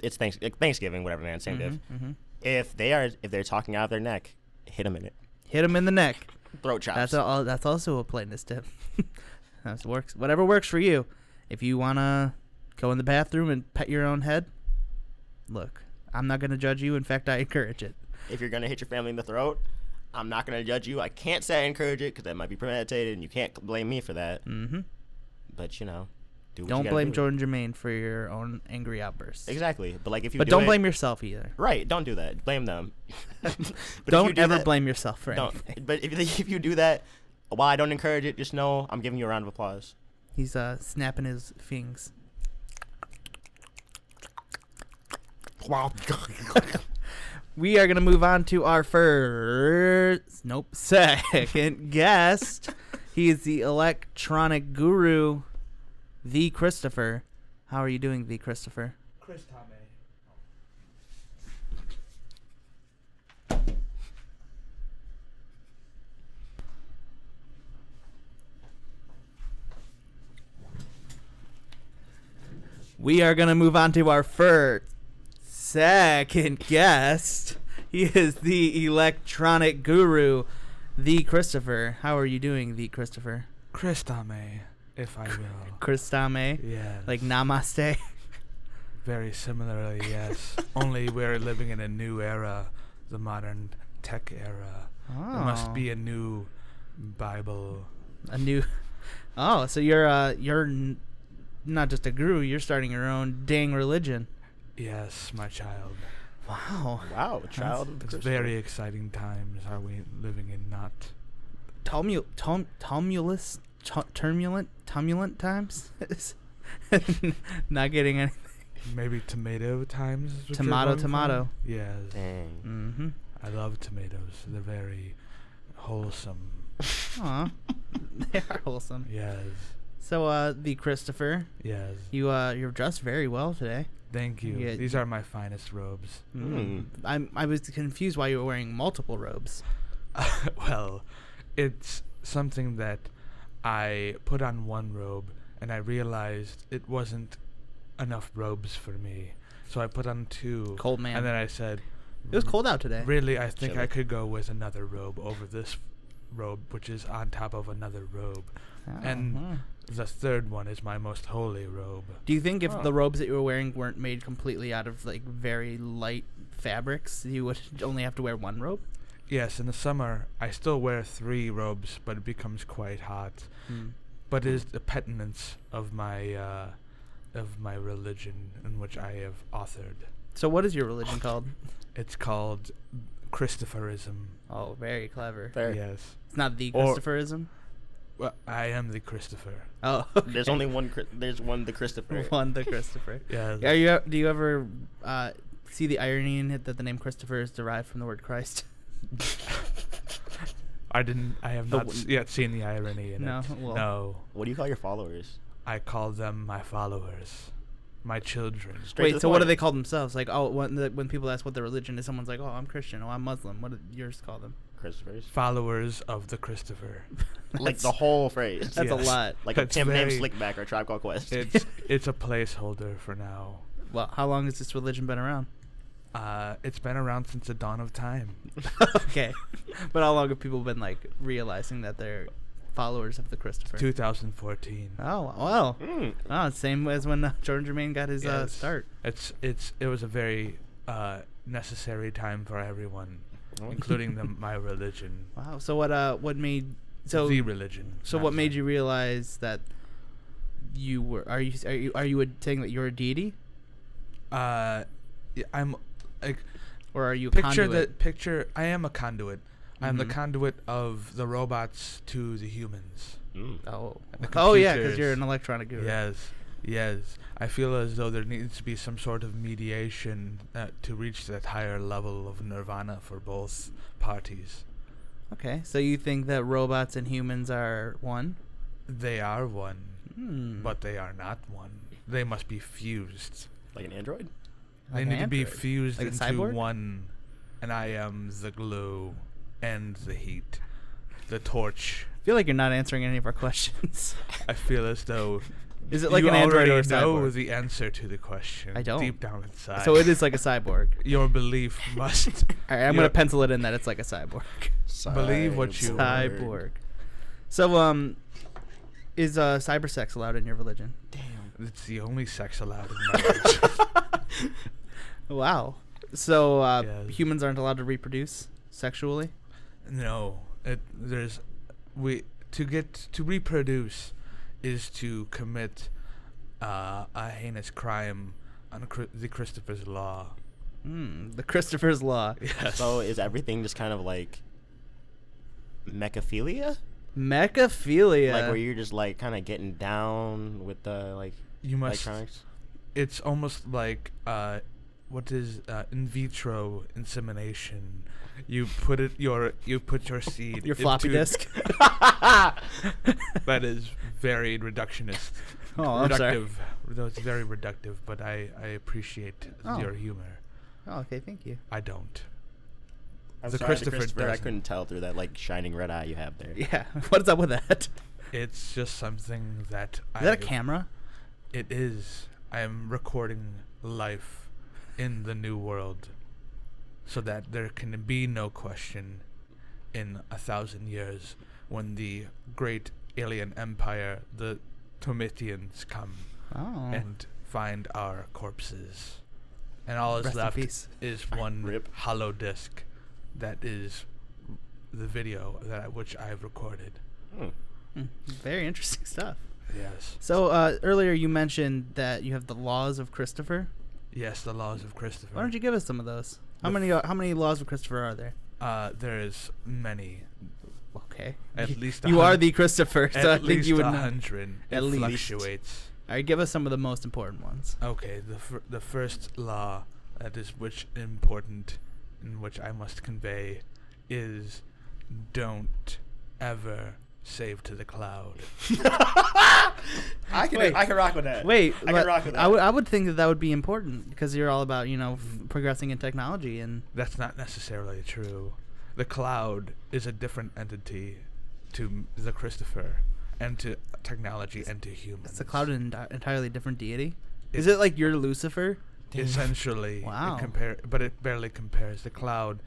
S2: it's thanks, like Thanksgiving, whatever, man, same diff.
S1: Mm-hmm,
S2: If they are if they're talking out of their neck, hit them in it.
S1: Hit him in the neck.
S2: Throat chops.
S1: That's all. That's also a politeness tip. that works. Whatever works for you. If you wanna go in the bathroom and pet your own head, look, I'm not gonna judge you. In fact, I encourage it.
S2: If you're gonna hit your family in the throat, I'm not gonna judge you. I can't say I encourage it because that might be premeditated, and you can't blame me for that.
S1: Mm-hmm.
S2: But you know, do what you
S1: Don't
S2: gotta
S1: blame
S2: do.
S1: Jordan Germain for your own angry outbursts.
S2: Exactly. But like if you
S1: But
S2: do
S1: don't
S2: it-
S1: blame yourself either.
S2: Right. Don't do that. Blame them. But if you
S1: don't
S2: do
S1: ever
S2: that-
S1: blame yourself for
S2: Don't.
S1: anything.
S2: But if, if you do that, while I don't encourage it, just know I'm giving you a round of applause.
S1: He's uh, snapping his fings. we are gonna move on to our first, nope, second guest. He is the electronic guru, the Christopher. How are you doing, the Christopher?
S5: Chris Tomei.
S1: We are going to move on to our first second guest. He is the electronic guru, the Christopher. How are you doing, the Christopher?
S5: Christame, if I will.
S1: Christame?
S5: Yes.
S1: Like namaste?
S5: Very similarly, yes. Only we're living in a new era, the modern tech era. There must
S1: Oh.
S5: be a new Bible.
S1: a new Oh, so you're uh you're n- not just a guru, you're starting your own dang religion.
S5: Yes, my child.
S1: Wow.
S2: Wow, child. of
S5: It's
S2: Christian.
S5: very exciting times are we living in not.
S1: Tumul tum- tumulus tu- turbulent turbulent times. not getting anything.
S5: Maybe tomato times. is what you're
S1: Tomato,
S5: going for?
S1: tomato.
S5: Yes.
S2: Dang.
S1: Mhm.
S5: I love tomatoes. They're very wholesome.
S1: Aw. they are wholesome.
S5: Yes.
S1: So uh the Christopher,
S5: Yes.
S1: you uh you're dressed very well today.
S5: Thank you.
S1: Yeah.
S5: These are my finest robes. Hmm.
S1: Mm. I'm I was confused why you were wearing multiple robes.
S5: well, it's something that I put on one robe and I realized it wasn't enough robes for me. So I put on two.
S1: Cold man. Eh,
S5: And then I said,
S1: It was cold out today.
S5: Really, I think I
S2: Chilly.
S5: could go with another robe over this robe, which is on top of another robe.
S1: Oh,
S5: and
S1: wow.
S5: the third one is my most holy robe.
S1: Do you think if
S2: Huh.
S1: the robes that you were wearing weren't made completely out of like very light fabrics, you would only have to wear one robe?
S5: Yes, in the summer, I still wear three robes, but it becomes quite hot.
S1: Mm.
S5: but it is the penitence of my uh, of my religion in which I have authored.
S1: So what is your religion called?
S5: It's called Christopherism.
S1: Oh, very clever.
S2: Fair.
S5: Yes,
S1: It's not the
S5: Or-
S1: Christopherism.
S5: well, I am the Christopher.
S1: Oh,
S2: There's only one. Chri- There's one. The Christopher.
S1: one the Christopher.
S5: Yeah.
S1: Are you? Do you ever uh, see the irony in it that the name Christopher is derived from the word Christ?
S5: I didn't. I have
S1: The
S5: not
S1: w-
S5: s- yet seen the irony in
S1: No,
S5: it.
S1: well-
S5: No,
S2: What do you call your followers?
S5: I call them my followers, my children.
S2: Straight to
S1: Wait.
S2: the
S1: So what do
S2: point.
S1: they call themselves? Like, oh, when the, when people ask what their religion is, someone's like, oh, I'm Christian. Oh, I'm Muslim. What do yours call them?
S2: Christophers.
S5: Followers of the Christopher.
S2: like the
S1: That's-
S2: whole phrase.
S1: That's a
S5: Yes.
S1: lot.
S2: Like a
S5: That's
S2: Tim Tam
S5: very-
S2: Slickback or Tribe Called Quest.
S5: It's it's a placeholder for now.
S1: Well, how long has this religion been around?
S5: Uh, it's been around since the dawn of time.
S1: okay. But how long have people been like realizing that they're followers of the Christopher?
S5: 2014.
S1: Oh well.
S2: Mm.
S1: Oh, same as when uh, Jordan Germain got his uh,
S5: Yes.
S1: start.
S5: It's it's it was a very uh, necessary time for everyone, including the, my religion,
S1: Oh. Wow. So what? Uh, what made so?
S5: the religion.
S1: so
S5: not
S1: what made
S5: mine.
S1: you realize that you were? Are you? Are you? Are you saying that you're a deity,
S5: Uh, y- I'm like
S1: or are you a
S5: picture the
S1: conduit?
S5: picture. I am a conduit. I'm the
S1: Mhm.
S5: conduit of the robots to the humans.
S2: Mm.
S1: Oh.
S5: the
S1: Oh yeah, because
S5: computers.
S1: you're an electronic guru.
S5: Yes, yes. I feel as though there needs to be some sort of mediation uh, to reach that higher level of nirvana for both parties.
S1: Okay. So you think that robots and humans are one?
S5: They are one,
S1: Hmm.
S5: but they are not one. They must be fused.
S2: Like an android.
S5: They
S1: Like
S5: need
S1: an
S5: to be
S1: android?
S5: fused
S1: Like a
S5: into
S1: cyborg?
S5: one, and I am the glue and the heat, the torch.
S1: I feel like you're not answering any of our questions.
S5: I feel as though
S1: Is it like
S5: you
S1: an android
S5: already
S1: or a
S5: know
S1: cyborg?
S5: the answer to the question.
S1: I don't.
S5: Deep down inside.
S1: So it is like a cyborg.
S5: Your belief must.
S1: All right, I'm
S5: your-
S1: gonna pencil it in that it's like a cyborg.
S5: Believe what you- Cyborg.
S1: cyborg. So um, is uh cyber sex allowed in your religion?
S5: It's the only sex allowed in marriage.
S1: Wow. So uh,
S5: Yes.
S1: humans aren't allowed to reproduce sexually.
S5: no, it, there's we to get to reproduce is to commit uh, a heinous crime on Chri- the Christopher's law.
S1: Hmm. The Christopher's Law.
S5: Yes.
S2: So is everything just kind of like mechaphilia?
S1: Mechaphilia.
S2: Like where you're just like kind of getting down with the like
S5: You must-
S2: electronics.
S5: it's almost like uh, what is uh, in vitro insemination. You put it your you put your seed
S1: Your floppy
S5: into-
S1: disk.
S5: that is very reductionist.
S1: Oh, I'm sorry.
S5: reductive. That's very reductive, but I I appreciate
S1: Oh.
S5: your humor.
S1: Oh, okay. Thank you.
S5: I don't.
S2: I'm
S5: The
S2: sorry,
S5: Christopher
S2: I
S5: doesn't.
S2: couldn't tell through that like shining red eye you have there.
S1: Yeah. What's up with that? Is
S5: It's just something that I
S1: that a camera?
S5: It is. I am recording life in the new world so that there can be no question in a thousand years when the great alien empire, the Tomitians, come
S1: Oh.
S5: and find our corpses. And all
S1: Rest
S5: that's
S1: in
S5: left
S1: peace.
S5: is one
S2: Rip.
S5: hollow disk that is the video that I, which I've recorded.
S2: Hmm.
S1: Mm, Very interesting stuff.
S5: Yes.
S1: So uh, earlier you mentioned that you have the laws of Christopher.
S5: Yes, the laws of Christopher.
S1: Why don't you give us some of those? How
S5: The
S1: many are, how many laws of Christopher are there?
S5: Uh, there is many.
S1: Okay.
S5: At
S1: You-
S5: least a
S1: you are
S5: hun-
S1: the Christopher, so
S5: At
S1: I
S5: least
S1: think you would
S5: a
S1: know.
S5: hundred.
S1: At
S5: it
S1: least.
S5: fluctuates. Oh,
S1: All right, give us some of the most important ones.
S5: Okay, the fir- the first law that is which important and which I must convey is don't ever save to the cloud.
S2: I can
S1: Wait.
S2: I can rock with that.
S1: Wait,
S2: I
S1: but
S2: can rock with that.
S1: I would- I would think that that would be important because you're all about you know f- progressing in technology and
S5: That's not necessarily true. The cloud is a different entity to m- the Christopher and to technology and to humans.
S1: it's a cloud an enti- entirely different deity. Is
S5: It-
S1: it like your Lucifer?
S5: essentially
S1: Wow.
S5: it compare but it barely compares the cloud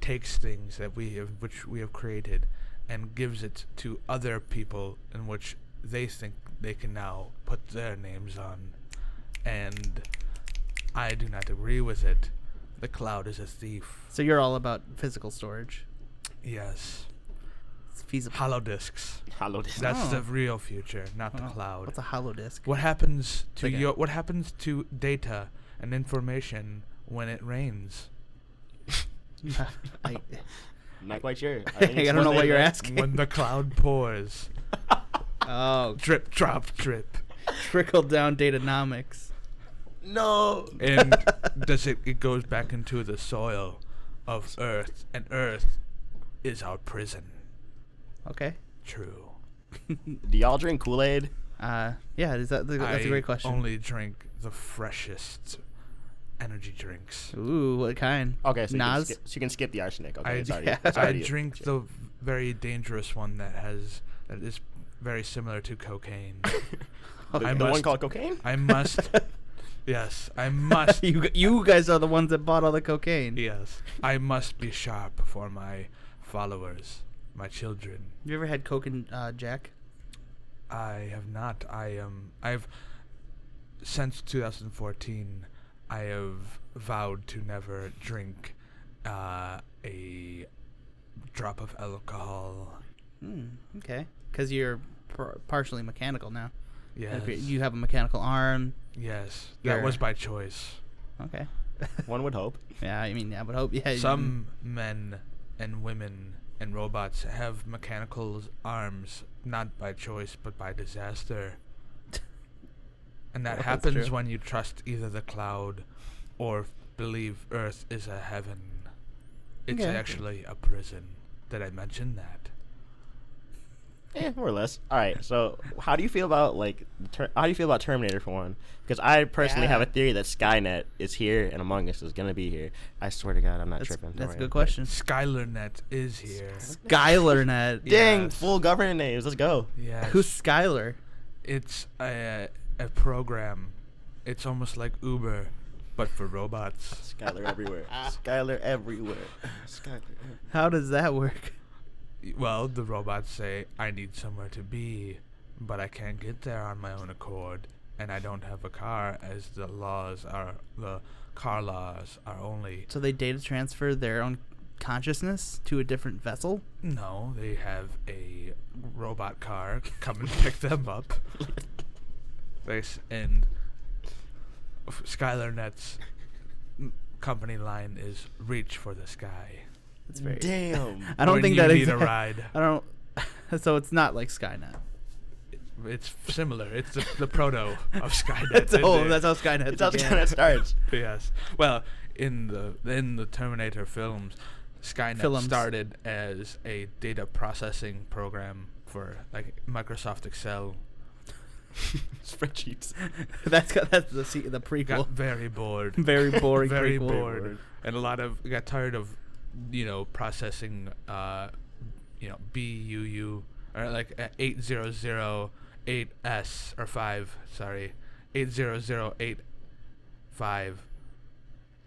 S5: takes things that we have which we have created and gives it to other people in which they think they can now put their names on and i do not agree with it the cloud is a thief
S1: So you're all about physical storage.
S5: yes
S1: It's feasible.
S5: hollow disks
S2: Hollow disc.
S5: that's the
S1: Oh.
S5: real future not the
S1: Oh,
S5: cloud
S1: What's a hollow disk?
S5: What happens to
S1: Like a-
S5: your what happens to data and information when it rains?
S1: I,
S2: Not quite sure.
S1: I don't know what you're asking.
S5: when the cloud pours.
S1: oh,
S5: Drip drop drip.
S1: trickle down datanomics.
S2: No.
S5: And does it it goes back into the soil of earth and earth is our prison.
S1: Okay.
S5: True.
S2: Do y'all drink Kool Aid?
S1: Uh, yeah, is that the, that's
S5: I
S1: a great question.
S5: Only drink the freshest energy drinks.
S1: Ooh, what kind?
S2: Okay, so you, can
S1: Nas.
S2: skip, so you can skip the arsenic. Okay,
S5: I,
S2: it's already,
S1: yeah.
S2: it's
S5: I
S2: already
S5: drink the v- very dangerous one that has that is very similar to cocaine.
S1: Oh,
S2: the,
S5: I
S2: the one
S5: must-
S2: called cocaine.
S5: I must. yes, I must.
S1: you g- you guys are the ones that bought all the cocaine.
S5: Yes, I must be sharp for my followers, my children.
S1: You ever had coke and uh, Jack?
S5: I have not. I am. I've. Since 2014, I have vowed to never drink uh, a drop of alcohol.
S1: Hmm. Okay. Because you're par- partially mechanical now.
S5: Yes.
S1: Like, You have a mechanical arm.
S5: yes. That was
S1: You're-
S5: by choice.
S1: Okay.
S2: One would hope.
S1: yeah, I mean, I would hope. Yeah. you-
S5: Some men and women and robots have mechanical arms, not by choice, but by disaster. And that
S1: That's
S5: happens
S1: true.
S5: when you trust either the cloud or f- believe Earth is a heaven. It's
S1: Okay.
S5: actually a prison. Did I mention that?
S2: Eh, more or less. All right. So, how do you feel about like ter- how do you feel about Terminator for one? Because I personally have a
S1: Yeah.
S2: theory that Skynet is here and Among Us is gonna be here. I swear to God, I'm not
S1: That's,
S2: tripping. Don't
S1: that's a
S2: worry.
S1: good question.
S5: Skylernet is here.
S1: Skylar Ned.
S2: Dang,
S5: Yes.
S2: full government names. Let's go.
S5: Yes.
S1: Who's Skylar?
S5: It's a, a program. It's almost like Uber, but for robots.
S2: Skylar everywhere. Skylar everywhere. Skylar. everywhere.
S1: How does that work?
S5: Well, the robots say, I need somewhere to be, but I can't get there on my own accord, and I don't have a car, as the laws are, the car laws are only.
S1: So they data transfer their own consciousness to a different vessel.
S5: No, they have a robot car come and pick them up. They s- and f- Skylar Net's m- company line is Reach for the Sky.
S1: That's very.
S2: Damn.
S1: I don't
S5: When
S1: think
S5: you
S1: that
S5: need
S1: exa-
S5: a ride.
S1: I don't. So it's not like Skynet.
S5: It's similar. It's the, the proto of Skynet.
S1: that's,
S5: It-
S1: oh,
S5: it-
S1: that's how Skynet.
S2: It's how
S1: began.
S2: Skynet starts.
S5: yes. Well, in the in the Terminator films, Skynet
S1: Films.
S5: started as a data processing program for like Microsoft Excel.
S2: Spreadsheets.
S1: that's got- that's the se- the
S5: It got
S1: prequel.
S5: very bored.
S1: Very boring
S5: very
S1: prequel.
S5: bored, and a lot of got tired of, you know, processing, uh, you know, B U uh, U or like eight zero zero eight S or five. Sorry, eight zero zero eight five.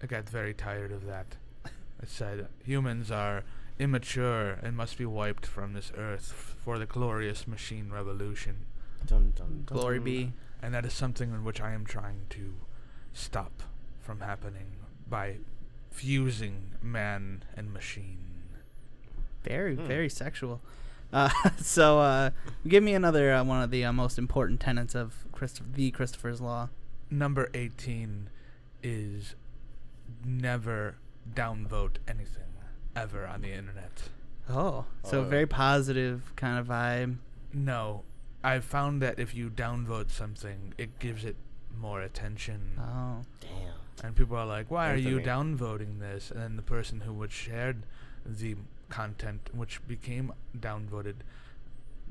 S5: I got very tired of that. I said, humans are immature and must be wiped from this earth f- for the glorious machine revolution.
S2: Dun, dun, dun.
S1: Glory be.
S5: And that is something in which I am trying to stop from happening by fusing man and machine.
S1: Very, very sexual. Hmm. Uh, so, uh, give me another uh, one of the uh, most important tenets of Christopher, the Christopher's Law.
S5: Number 18 is never downvote anything ever on the internet.
S1: Oh, so
S2: Oh.
S1: very positive kind of vibe.
S5: No, I've found that if you downvote something, it gives it more attention.
S1: Oh,
S2: Damn.
S5: And people are like, why are you
S2: Anthony.
S5: downvoting this? And then the person who would shared the content, which became downvoted,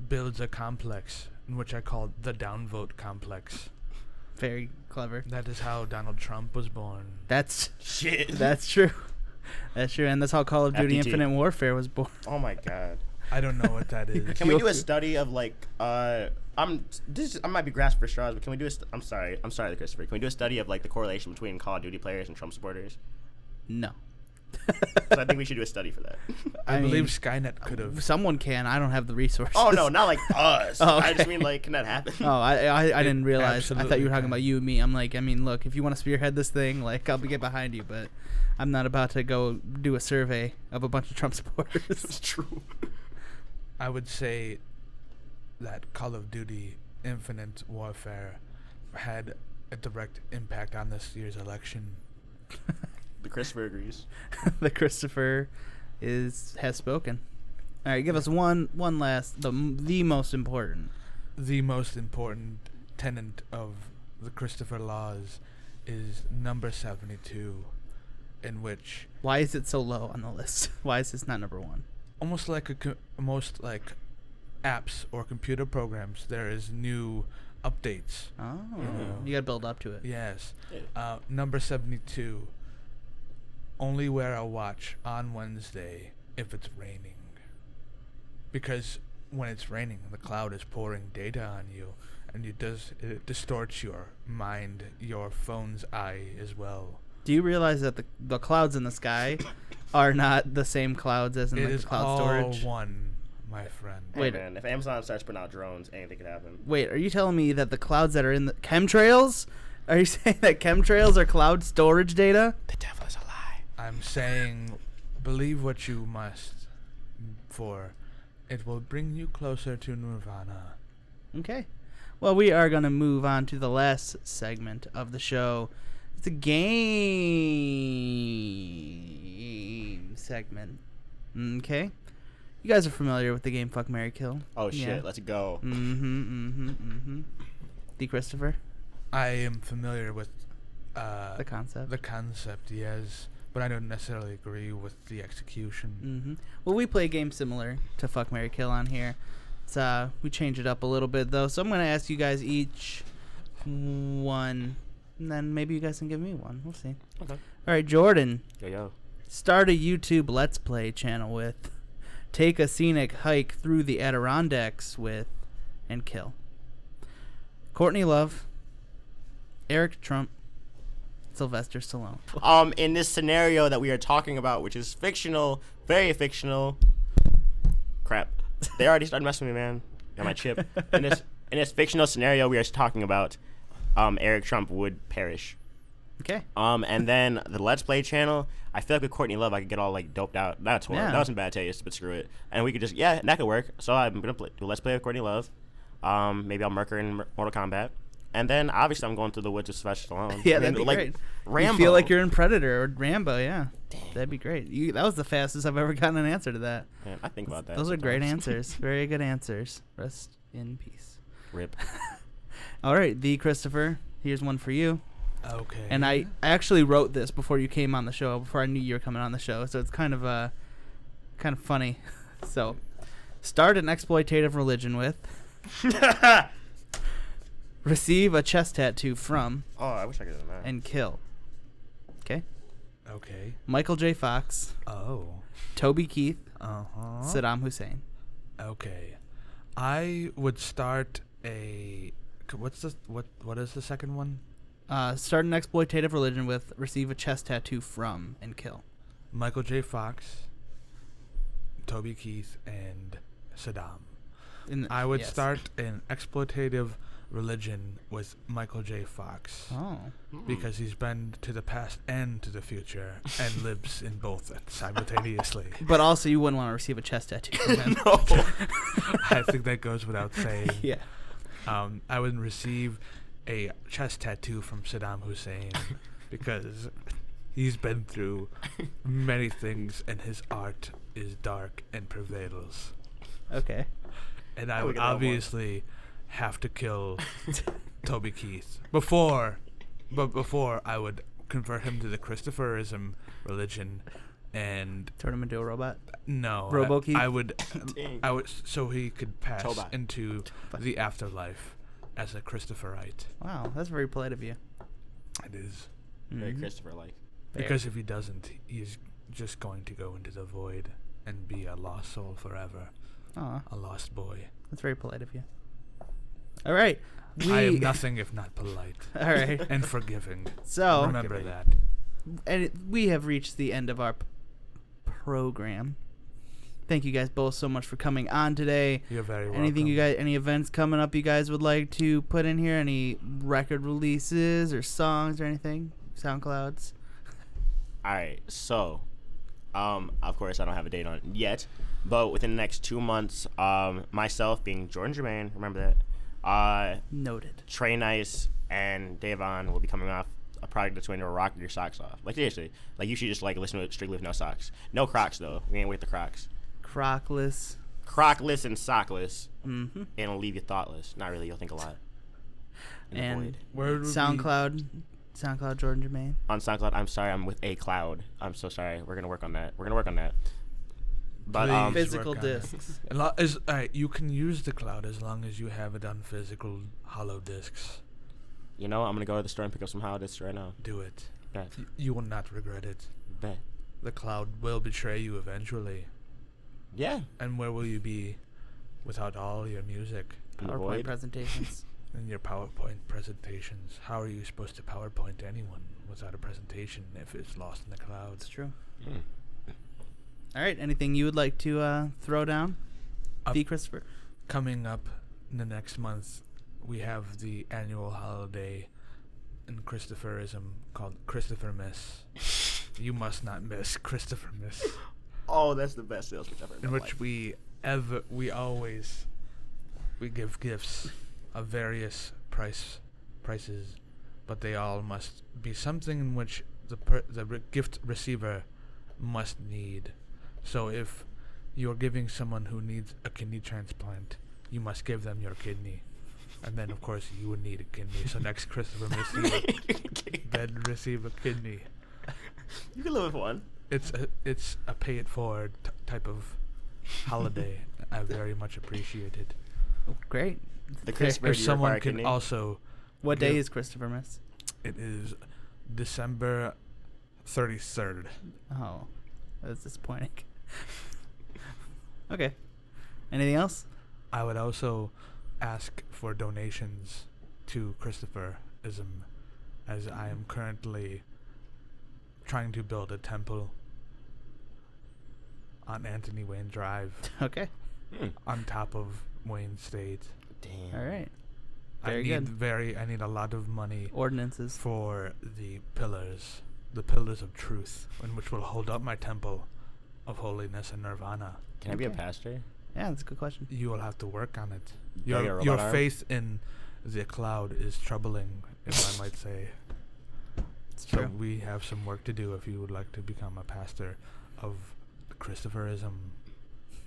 S5: builds a complex, in which I call the downvote complex.
S1: very clever.
S5: That is how Donald Trump was born.
S1: That's
S2: Shit.
S1: that's true. That's true, and that's how Call of Duty
S2: FDT.
S1: Infinite Warfare was born.
S2: Oh my god.
S5: I don't know what that is.
S2: Can we do a study of like uh I'm this is- I might be grasping for straws, but can we do a st- I'm sorry, I'm sorry, Christopher. Can we do a study of like the correlation between Call of Duty players and Trump supporters?
S1: No,
S2: 'Cause I think we should do a study for that.
S5: I,
S1: I
S5: believe
S1: mean,
S5: Skynet could have.
S1: someone can. I don't have the resources.
S2: Oh no, not like us.
S1: Oh,
S2: I just
S1: okay.
S2: mean like can that happen?
S1: Oh, I I, I didn't realize. I thought
S5: absolutely
S1: you were talking
S5: can.
S1: about you and me. I'm like, I mean, look, if you want to spearhead this thing, like, I'll be get behind you, but I'm not about to go do a survey of a bunch of Trump supporters.
S2: it's true.
S5: I would say that Call of Duty Infinite Warfare had a direct impact on this year's election.
S2: The Christopher agrees.
S1: the Christopher is has spoken. All right, give us one one last the m- the most important.
S5: The most important tenet of the Christopher Laws is number 72, in which
S1: Why is it so low on the list? Why is this not number one?
S5: almost like a co- most like apps or computer programs, there is new updates.
S1: Oh,
S5: Yeah.
S1: you got to build up to it.
S5: Yes.
S2: Yeah.
S5: Uh, number 72. Only wear a watch on Wednesday if it's raining. Because when it's raining, the cloud is pouring data on you and it does it distorts your mind, your phone's eye as well.
S1: Do you realize that the the clouds in the sky are not the same clouds as in
S5: It
S1: like,
S5: is
S1: the cloud
S5: all
S1: storage?
S5: one, my friend.
S1: Wait.
S2: Hey, man, if Amazon starts putting out drones, anything could happen.
S1: Wait, are you telling me that the clouds that are in the chemtrails? Are you saying that chemtrails are cloud storage data?
S2: The devil is a lie.
S5: I'm saying believe what you must for it will bring you closer to nirvana.
S1: Okay. Well, we are going to move on to the last segment of the show. It's a game segment. Okay. You guys are familiar with the game Fuck Mary Kill.
S2: Oh shit,
S1: Yeah.
S2: let's go.
S1: Mm-hmm. Mm-hmm. Mm-hmm. D. Christopher,
S5: I am familiar with uh,
S1: the concept.
S5: the concept, yes, but I don't necessarily agree with the execution.
S1: Mm-hmm. Well, we play a game similar to Fuck Mary Kill on here. It's, uh, we change it up a little bit though, so I'm gonna ask you guys each one, and then maybe you guys can give me one. We'll see.
S2: Okay.
S1: All right, Jordan,
S2: Yo yo.
S1: start a YouTube Let's Play channel with, take a scenic hike through the Adirondacks with, and kill. Courtney Love, Eric Trump, Sylvester Stallone.
S2: Um, in this scenario that we are talking about, which is fictional, very fictional. Crap. They already started messing with me, man. Got my chip. In this in this fictional scenario we are talking about, um, Eric Trump would perish.
S1: Okay.
S2: Um, and then the Let's Play channel. I feel like with Courtney Love, I could get all like doped out. That's horrible.
S1: Yeah.
S2: That wasn't bad taste, but screw it. And we could just yeah, that could work. So I'm gonna play, do Let's Play with Courtney Love. Um, maybe I'll murk her in Mor- Mortal Kombat. And then obviously I'm going through the woods with Sylvester Stallone.
S1: Yeah,
S2: I mean,
S1: that'd be
S2: like,
S1: great.
S2: Rambo.
S1: You feel like you're in Predator or Rambo, yeah. That'd be great. You, that was the fastest I've ever gotten an answer to that.
S2: Man, I think about that.
S1: Those are great
S2: sometimes.
S1: answers. Very good answers. Rest in peace.
S2: Rip.
S1: All right, the Christopher. Here's one for you.
S5: Okay.
S1: Mm. And I actually wrote this before you came on the show, before I knew you were coming on the show. So it's kind of uh, kind of funny. So, start an exploitative religion with. receive a chest tattoo from
S2: Oh, I wish I could have done that.
S1: and kill. Okay.
S5: okay.
S1: Michael J. Fox,
S5: Oh.
S1: Toby Keith,
S5: Uh huh.
S1: Saddam Hussein.
S5: Okay. I would start a c- what's the what what is the second one?
S1: Uh, start an exploitative religion with, receive a chest tattoo from, and kill.
S5: Michael J. Fox, Toby Keith, and Saddam.
S1: In the-
S5: I would
S1: yes.
S5: start an exploitative religion with Michael J. Fox
S1: Oh.
S5: because he's been to the past and to the future and lives in both simultaneously.
S1: But also, you wouldn't want to receive a chest tattoo from him.
S5: I think that goes without saying.
S1: Yeah.
S5: Um, I would receive a chest tattoo from Saddam Hussein because he's been through many things and his art is dark and prevails.
S1: Okay.
S5: And I
S2: would
S5: would
S2: get that one.
S5: obviously have to kill Toby Keith before, but before I would convert him to the Christopherism religion, and
S1: Turn him into a robot.
S5: no,
S1: Robo
S5: I,
S1: Keith?
S5: I would,
S2: Dang.
S5: I would, so he could pass
S2: Toba.
S5: into the afterlife as a Christopherite.
S1: Wow, that's very polite of you.
S5: It is
S2: Very
S1: Mhm.
S2: Christopher like.
S1: Fair.
S5: because if he doesn't, he's just going to go into the void and be a lost soul forever,
S1: Aw,
S5: a lost boy.
S1: that's very polite of you. All right. We,
S5: I am nothing if not polite
S1: All right.
S5: and forgiving.
S1: So,
S5: remember
S2: Forgiving.
S5: that.
S1: and it, we have reached the end of our p- program. Thank you guys both so much for coming on today.
S5: You're very welcome.
S1: Anything you guys, any events coming up you guys would like to put in here? Any record releases or songs or anything? SoundClouds.
S2: All right, so, um, of course I don't have a date on it yet, but within the next two months, um, myself being Jordan Germain, remember that, uh,
S1: Noted.
S2: Trey Nice and Davon will be coming off a product that's going to rock your socks off. Like seriously, like you should just like listen to it strictly with no socks, no Crocs though. We ain't with the Crocs.
S1: Crockless.
S2: Crockless and sockless,
S1: Mm-hmm.
S2: and it'll leave you thoughtless. Not really. You'll think a lot. In the
S1: And
S2: void.
S5: Where would we-
S1: SoundCloud. SoundCloud Jordan Jermaine.
S2: on SoundCloud, I'm sorry, I'm with a cloud. I'm so sorry. We're gonna work on that. We're gonna work on that. But um,
S5: Please.
S1: Physical
S5: work on it.
S1: discs.
S5: A lo- is- alright, you can use the cloud as long as you have it on physical hollow discs.
S2: you know, I'm gonna go to the store and pick up some holidays right now.
S5: Do it.
S2: Bet,
S5: Y- You will not regret it.
S2: bet.
S5: The cloud will betray you eventually.
S2: Yeah.
S5: And where will you be without all your music
S2: In the
S1: PowerPoint
S2: void.
S1: presentations.
S5: and your PowerPoint presentations? How are you supposed to PowerPoint anyone without a presentation if it's lost in the cloud?
S1: That's true.
S2: Mm.
S1: All right. Anything you would like to uh, throw down?
S5: Up-
S1: V. Christopher.
S5: coming up in the next month, we have the annual holiday in Christopherism called Christopher Miss. you must not miss Christopher Miss,
S2: Oh, that's the best sales pitch I've ever
S5: in which we ever we always we give gifts of various price prices, but they all must be something in which the per, the re- gift receiver must need. So if you're giving someone who needs a kidney transplant, you must give them your kidney. And then, of course, you would need a kidney. So next Christopher Missy then receive a kidney.
S2: You can live with one.
S5: It's a it's a pay it forward t- type of holiday. I very much appreciate it.
S1: Oh, great.
S2: The
S1: If
S2: Christopher
S5: If
S2: do you require
S5: someone
S2: a
S5: could
S2: kidney?
S5: also,
S1: What day
S5: Yeah.
S1: is Christopher Miss?
S5: it is December thirty third.
S1: Oh, that's disappointing. okay. Anything else?
S5: I would also ask for donations to Christopherism, as I am currently trying to build a temple on Anthony Wayne Drive,
S1: Okay.
S2: Mm.
S5: on top of Wayne State.
S2: Damn.
S1: All right.
S5: I
S1: Very
S5: need
S1: good.
S5: very. I need a lot of money
S1: Ordinances.
S5: for the pillars, the pillars of truth, in which will hold up my temple of holiness and nirvana.
S2: Can I be a
S1: Okay.
S2: pastor?
S1: Yeah, that's a good question.
S5: You will have to work on it.
S2: Do I get a
S5: Your
S2: robot
S5: your
S2: arm?
S5: faith in the cloud is troubling, if I might say.
S1: It's
S5: So
S1: true.
S5: we have some work to do if you would like to become a pastor of Christopherism.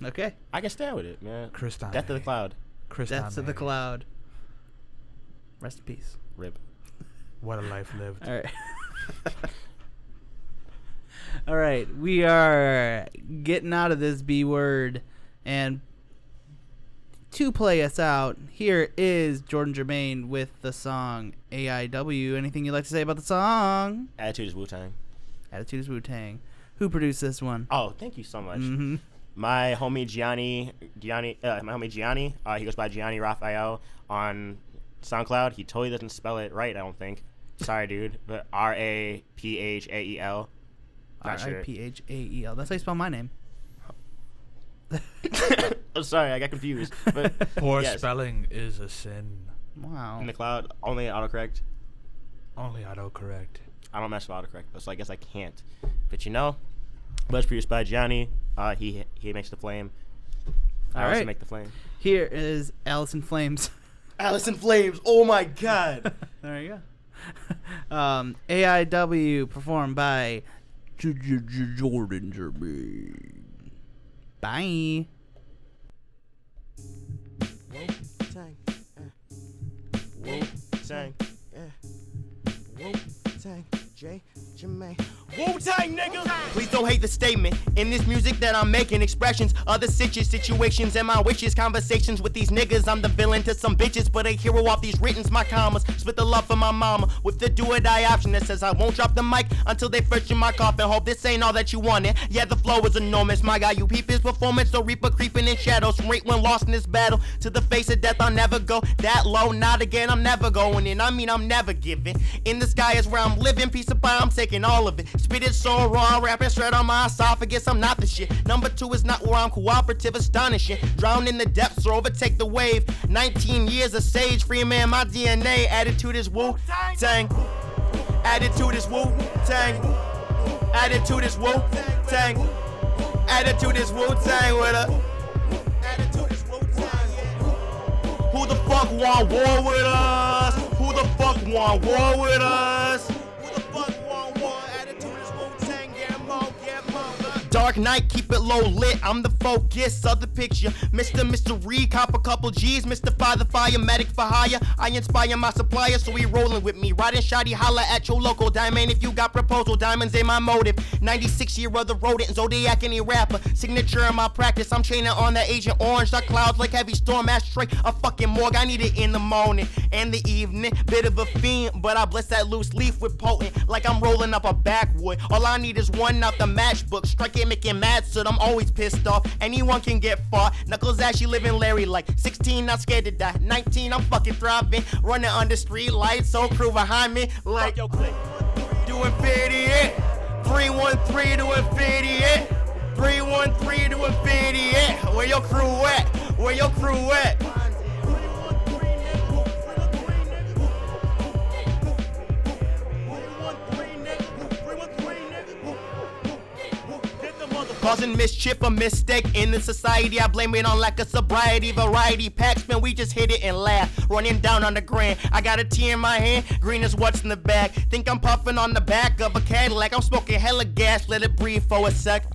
S1: Okay.
S2: I can stand with it, man.
S5: Christane.
S2: Death of the cloud.
S1: Deaths of the
S5: Christane.
S1: cloud. Rest in peace.
S2: Rip.
S5: What a life lived.
S1: All right. All right. We are getting out of this B word. And to play us out, here is Jordan Germain with the song AIW. Anything you'd like to say about the song?
S2: Attitude is Wu Tang.
S1: Attitude is Wu Tang. Who produced this one?
S2: Oh, thank you so much.
S1: Mm-hmm.
S2: my homie Gianni, Gianni, uh, my homie Gianni, uh, he goes by Gianni Raphael on
S7: SoundCloud. He totally doesn't spell it right. I don't think. Sorry, dude. But R A P H A E L.
S1: R
S7: Not
S1: I
S7: sure.
S1: P H A E L. That's how you spell my name.
S7: I'm sorry, I got confused. But
S5: Poor
S7: yes,
S5: spelling is a sin.
S1: Wow.
S7: in the cloud, only autocorrect.
S5: Only autocorrect.
S7: I don't mess with autocorrect, though, so I guess I can't. But you know, much produced by Johnny. Uh, he he makes the flame. I
S1: All
S7: also
S1: right.
S7: make the flame.
S1: Here is Alice in Flames.
S7: Alice in Flames. Oh my God.
S1: there you go. um, AIW performed by J- J- J- Jordan Jermaine. Bye.
S7: Wu Tang. Wu Tang. J. Jermaine. Wu Tang, nigga. Please don't hate the statement. In this music that I'm making, expressions of the situ- situations and my wishes, conversations with these niggas. I'm the villain to some bitches, but a hero off these writtens, my commas. Spit the love for my mama with the do or die option that says I won't drop the mic until they first in my coffin. Hope this ain't all that you wanted. Yeah, the flow is enormous. My guy, you peep his performance. So Reaper creeping in shadows. From Rate when lost in this battle. To the face of death, I'll never go that low. Not again, I'm never going in. I mean, I'm never giving. In the sky is where I'm living. Piece of pie, I'm taking all of it. Spit it so raw, rapping straight on my esophagus. I'm not the shit. Number two is not where I'm cooperative, astonishing. Drown in the depths or overtake the wave. 19 years of sage, free man, my DNA. Attitude is woo tang. Attitude is woo tang. Attitude is woo tang. Attitude is woo tang with a. Attitude is Wu-Tang, yeah. Who the fuck want war with us? Who the fuck want war with us? Who the fuck want war? Attitude is Wu-Tang, yeah, I'm on, yeah, I'm on, uh. Dark Knight, keep it low lit. I'm the focus of the picture. Mr. Mystery, cop a couple G's. Mystify the fire, medic for hire. I inspire my supplier, so he rolling with me. Riding shoddy, holla at your local diamond if you got proposal. Diamonds ain't my motive. 96 year other rodent, Zodiac, any rapper. Signature in my practice, I'm training on that Agent Orange. Dark clouds like heavy storm ashtray. A fucking morgue, I need it in the morning and the evening. Bit of a fiend, but I bless that loose leaf with potent. Like I'm rolling up a backwood. All I need is one out the matchbook. Strike it, making mad, so I'm always pissed off. Anyone can get far. Knuckles actually living Larry like 16, not scared to die. 19, I'm fucking thriving. Running under street lights, so crew behind me. Like, yo, click. Do infinity, yeah. 313 to infinity, yeah. 313 to infinity, yeah. Where your crew at? Where your crew at? Causing mischief, a mistake in the society. I blame it on lack of sobriety, variety. Packs, man, we just hit it and laugh. Running down on the grand. I got a tear in my hand, green is what's in the bag. Think I'm puffing on the back of a Cadillac. I'm smoking hella gas, let it breathe for a sec.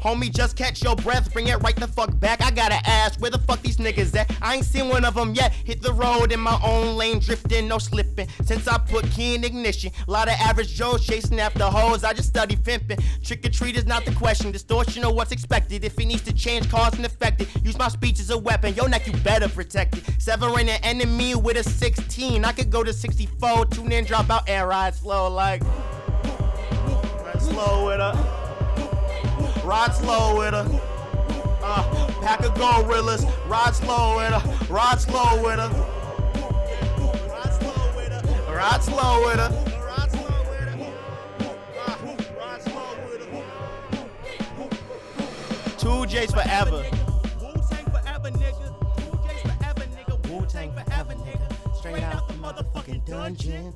S7: Homie, just catch your breath, bring it right the fuck back. I gotta ask, where the fuck these niggas at? I ain't seen one of them yet. Hit the road in my own lane, drifting, no slipping. Since I put key in ignition, lot of average Joes chasing after hoes. I just study pimping. Trick or treat is not the question, distortion of what's expected. If it needs to change, cause and effect it. Use my speech as a weapon, your neck you better protect it. Severing an enemy with a 16. I could go to 64, tune in, drop out, and ride slow like. Ride slow with a. Rod slow with her. Uh, pack of gorillas. Rod slow with her. Rod slow with her. Rod slow with her. Rod slow with her. Rod slow with her. Uh, Rod slow with her. Two J's forever. Wu-Tang forever, nigga. Two J's forever, nigga. Wu-Tang forever, nigga. Straight out the motherfucking dungeon.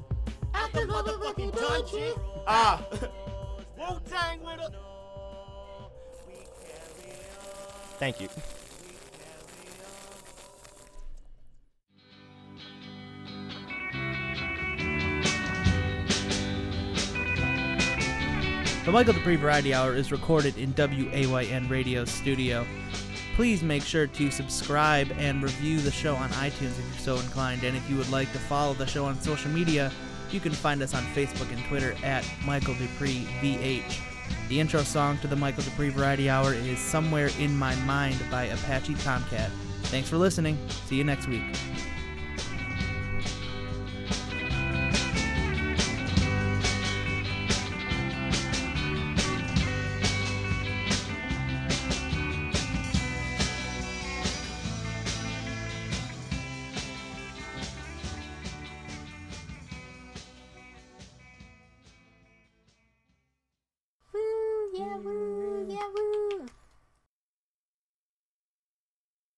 S7: Out the motherfucking dungeon. Ah. Wu-Tang with her. Thank you.
S1: The Michael Dupree Variety Hour is recorded in WAYN Radio Studio. Please make sure to subscribe and review the show on iTunes if you're so inclined. And if you would like to follow the show on social media, you can find us on Facebook and Twitter at Michael Dupree VH. The intro song to the Michael Dupree Variety Hour is Somewhere in My Mind by Apache Tomcat. Thanks for listening. See you next week.